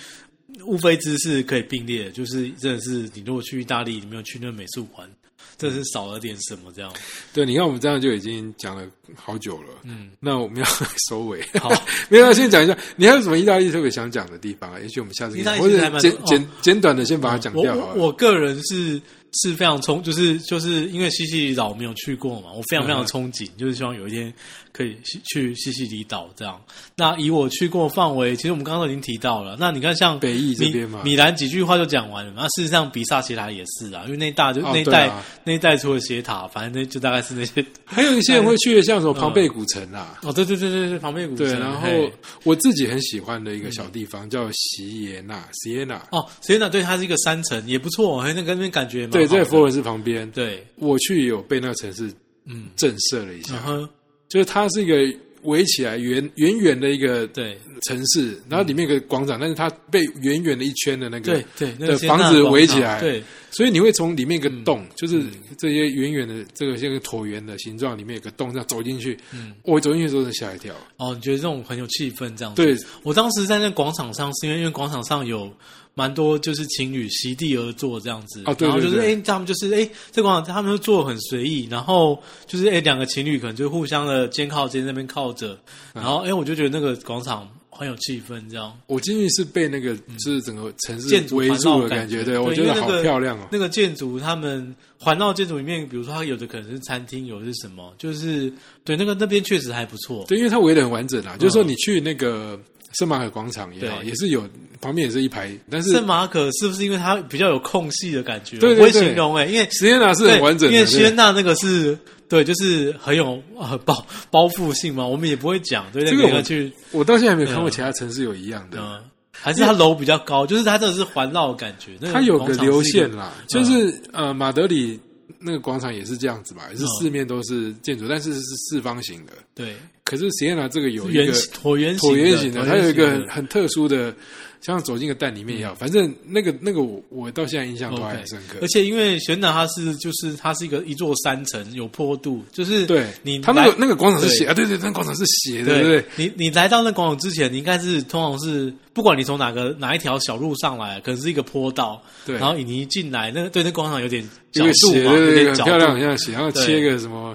B: 乌菲兹是可以并列的，就是真的是你如果去意大利，你没有去那美术馆，真的是少了点什么这样。
A: 对，你看我们这样就已经讲了好久了，嗯
B: 嗯，
A: 那我们要收尾，
B: 好，
A: 没有，先讲一下，你还有什么意大利特别想讲的地方啊？也许我们下次可以
B: 意大利
A: 或
B: 其实还
A: 者
B: 蛮
A: 简
B: 多
A: 简简短的先把它讲
B: 我
A: 掉好
B: 我
A: 了。
B: 我个人是是非常憧，就是就是因为西西里岛我没有去过嘛，我非常非
A: 嗯
B: 常憧憬，就是希望有一天可以去去西西里岛这样。那以我去过范围，其实我们刚刚都已经提到了。那你看像
A: 北翼这
B: 米
A: 边嘛
B: 米兰几句话就讲完了嘛。那事实上比萨斜塔也是啊，因为那一带就、
A: 哦
B: 那一
A: 对
B: 带、
A: 啊
B: 那一带除了斜塔，反正那就大概是那些。
A: 还有一些人会去的，像什么庞贝古城啊，
B: 哦，对对对对对，旁边有古
A: 对，
B: 城
A: 然后
B: 嘿
A: 我自己很喜欢的一个小地方叫席耶纳 （Siena），
B: 哦，斜塔对它是一个山城，也不错，嘿，那个那边感觉也蛮
A: 对，
B: 好的
A: 在佛罗伦斯旁边。
B: 对，
A: 我去有被那个城市
B: 嗯，
A: 震慑了一下，
B: 然后
A: 就是它是一个围起来圆圆圆的一个
B: 对。
A: 城市，然后里面有个广场，但是它被圆圆的一圈的那个
B: 对对，那
A: 的
B: 个
A: 房子围起来，
B: 对，
A: 所以你会从里面一个洞，
B: 嗯
A: 就是这些圆圆的这个像个椭圆的形状，里面有个洞，这样走进去。
B: 嗯
A: 我走进去的时候吓一跳，
B: 哦，你觉得这种很有气氛这样子？
A: 对，
B: 我当时在那广场上，是因为因为广场上有蛮多就是情侣席地而坐这样子，
A: 哦对
B: 然后就是哎、
A: 对对
B: 诶他们就是哎、诶在广场他们就坐得很随意，然后就是哎两、个情侣可能就互相的肩靠肩那边靠着，
A: 嗯
B: 然后哎、诶我就觉得那个广场很有气氛这样。
A: 我进去是被那个就是整个城市
B: 嗯建筑
A: 围
B: 环绕
A: 住的
B: 的
A: 感
B: 觉，
A: 对我觉
B: 因为
A: 得
B: 那
A: 好
B: 个
A: 漂亮哦。
B: 那个建筑，他们环绕建筑里面，比如说它有的可能是餐厅，有的是什么，就是对那个那边确实还不错。
A: 对，因为它围得很完整啊，就是说你去那个圣马尔广场也好，
B: 嗯对
A: 也是有旁边也是一排，但是
B: 圣马可是不是因为它比较有空隙的感觉？
A: 对对
B: 我不会
A: 对
B: 形容哎、因为
A: 实验塔是很完整
B: 对因
A: 的，
B: 为
A: 对
B: 谢娜那个是对，就是很有 呃包包覆性嘛，我们也不会讲，对，
A: 这个
B: 那个
A: 我
B: 去
A: 我到现在还没有看过
B: 嗯
A: 其他城市有一样的。
B: 嗯、呃还是它楼比较高，就是它真的是环绕的感觉，那
A: 它有个
B: 广场是一
A: 流线啊啦，
B: 嗯是一
A: 就
B: 个
A: 是呃，马德里那个广场也是这样子嘛，也是
B: 嗯
A: 四面都是建筑，但是是四方形的。
B: 对
A: 可是 Siena 这个有一
B: 圆
A: 个
B: 形椭圆形
A: 椭圆形
B: 的，
A: 的，它有一个
B: 椭圆
A: 很
B: 形的
A: 很特殊的，像走进个蛋里面一样。反正那个那个我我到现在印象都还
B: OK，
A: 很深刻
B: 而。且因为玄南它是就是它是一个一座山城，有坡度，就是
A: 对，
B: 你
A: 它那个
B: 来
A: 那个广场是
B: 对
A: 斜啊，对对，那个广场是斜的，对不对？
B: 你你来到那广场之前，你应该是通常是不管你从哪个哪一条小路上来，可能是一个坡道，
A: 对
B: 然后你一进来，那个对那广场有点角
A: 有个
B: 度
A: 斜，
B: 嘛，
A: 对
B: 有
A: 对对，
B: 点
A: 很
B: 角
A: 漂亮，很
B: 度，
A: 像斜，然后
B: 对
A: 切个什么，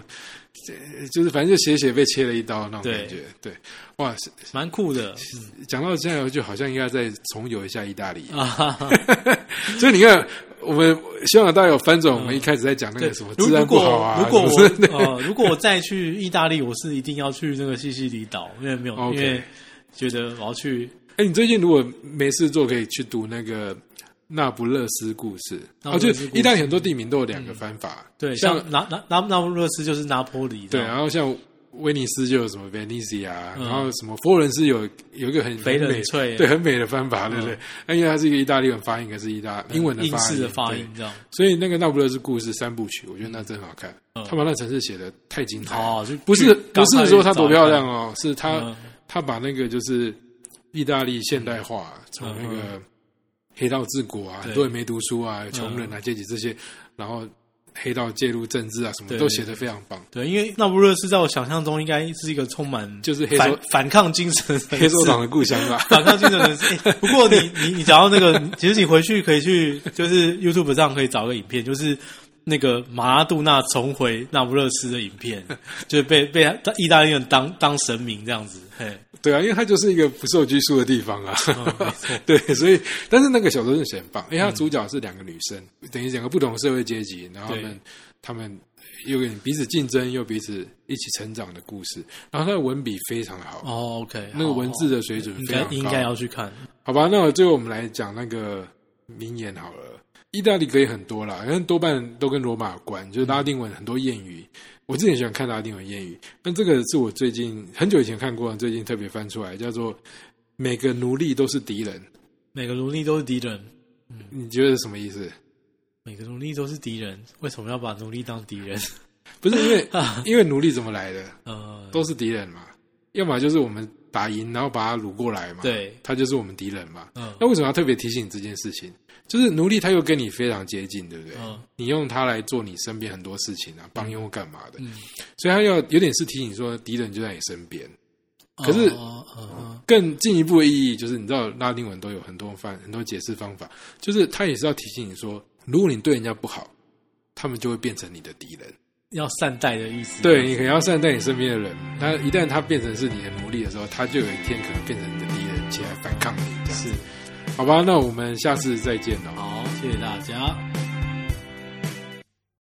A: 呃就是反正就斜斜被切了一刀那种感
B: 对
A: 觉。对，哇，
B: 蛮酷 的嗯
A: 讲到现在，就好像应该再重游一下意大利。
B: 啊哈哈。
A: 所以你看，我们希望大家有翻转我们一开始在讲那个什么
B: 嗯如
A: 治安
B: 如
A: 不
B: 果
A: 好啊，
B: 如
A: 什
B: 果
A: 么之类的
B: 我 呃，如果我再去意大利，我是一定要去那个西西里岛，因为没有
A: OK
B: 因为觉得我要去
A: 哎，你最近如果没事做，可以去读那个《那不勒斯故事》
B: 那
A: 哦，
B: 不
A: 就
B: 勒斯
A: 是
B: 故事嗯
A: 意大利很多地名都有两个翻法，
B: 对
A: 像
B: 像拿拿拿拿不勒斯就是拿坡里，
A: 对，啊
B: 然后
A: 然后像威尼斯就有什么 Venezia，啊
B: 嗯
A: 然后什么佛罗伦斯有有一个很
B: 肥
A: 很
B: 得很
A: 美
B: 脆嗯
A: 对，很美的翻法，对不对？那因为它是一个意大利文发音，可是意大英文的
B: 英
A: 发
B: 式
A: 音
B: 的发
A: 对
B: 音这样。
A: 所以那个《那不勒斯故事》三部曲，我觉得那真好看。
B: 嗯
A: 他把那城市写的太精彩了
B: 哦就
A: 不是
B: 去
A: 不
B: 赶
A: 是
B: 快
A: 说它
B: 找
A: 多
B: 一
A: 漂
B: 看
A: 亮哦，是他、
B: 嗯
A: 他把那个就是意大利现代化，从那个黑道治国啊，
B: 嗯对嗯
A: 很多人没读书啊，有穷人啊、阶级这些，然后黑道介入政治啊，什么
B: 对
A: 都写的非常棒。
B: 对，因为那不勒斯在我想象中应该是一个充满
A: 就是黑手
B: 反反抗精神的啊
A: 黑手
B: 城市，
A: 党的故乡吧
B: 反抗精神的城市。哎不过你你你讲到那个，其实你回去可以去，就是 YouTube 上可以找个影片，就是那个马拉杜纳重回那不勒斯的影片，就是被被他意大利人当当神明这样子。嘿，
A: 对啊，因为它就是一个不受拘束的地方啊。
B: 哦没错
A: 对，所以但是那个小说是写很棒，因为它主角是两个女生，等于两个不同的社会阶级，然后他们
B: 对
A: 他们又跟彼此竞争，又彼此一起成长的故事。然后他的文笔非常好，
B: 哦，OK，
A: 那个
B: 好
A: 文字的水准
B: 应
A: 非
B: 该
A: 常高。
B: 应该要去看。
A: 好吧？那我最后我们来讲那个名言好了。意大利可以很多啦，因为多半都跟罗马有关，就是拉丁文很多谚语。我之前喜欢看拉丁文谚语，但这个是我最近很久以前看过，最近特别翻出来，叫做“每个奴隶都是敌人”。
B: 每个奴隶都是敌人，
A: 你觉得是什么意思？
B: 每个奴隶都是敌人，为什么要把奴隶当敌人？
A: 不是因为因为奴隶怎么来的，
B: 呃，
A: 都是敌人嘛，要么就是我们打赢，然后把他掳过来嘛，，
B: 对，
A: 他就是我们敌人嘛。
B: 嗯
A: 那为什么要特别提醒这件事情？就是奴隶他又跟你非常接近，对不对？
B: 嗯
A: 你用它来做你身边很多事情啊，帮佣或干嘛的，
B: 嗯
A: 所以他要有点是提醒说敌人就在你身边。可是
B: 哦哦哦哦
A: 更进一步的意义就是，你知道拉丁文都有很多方很多解释方法，就是他也是要提醒你说，如果你对人家不好，他们就会变成你的敌人。
B: 要善待的意思。
A: 对你可能要善待你身边的人，那一旦他变成是你的奴隶的时候，他就有一天可能变成你的敌人，起来反抗你。这样
B: 是
A: 好吧，那我们下次再见喽。哦
B: 好，谢谢大家。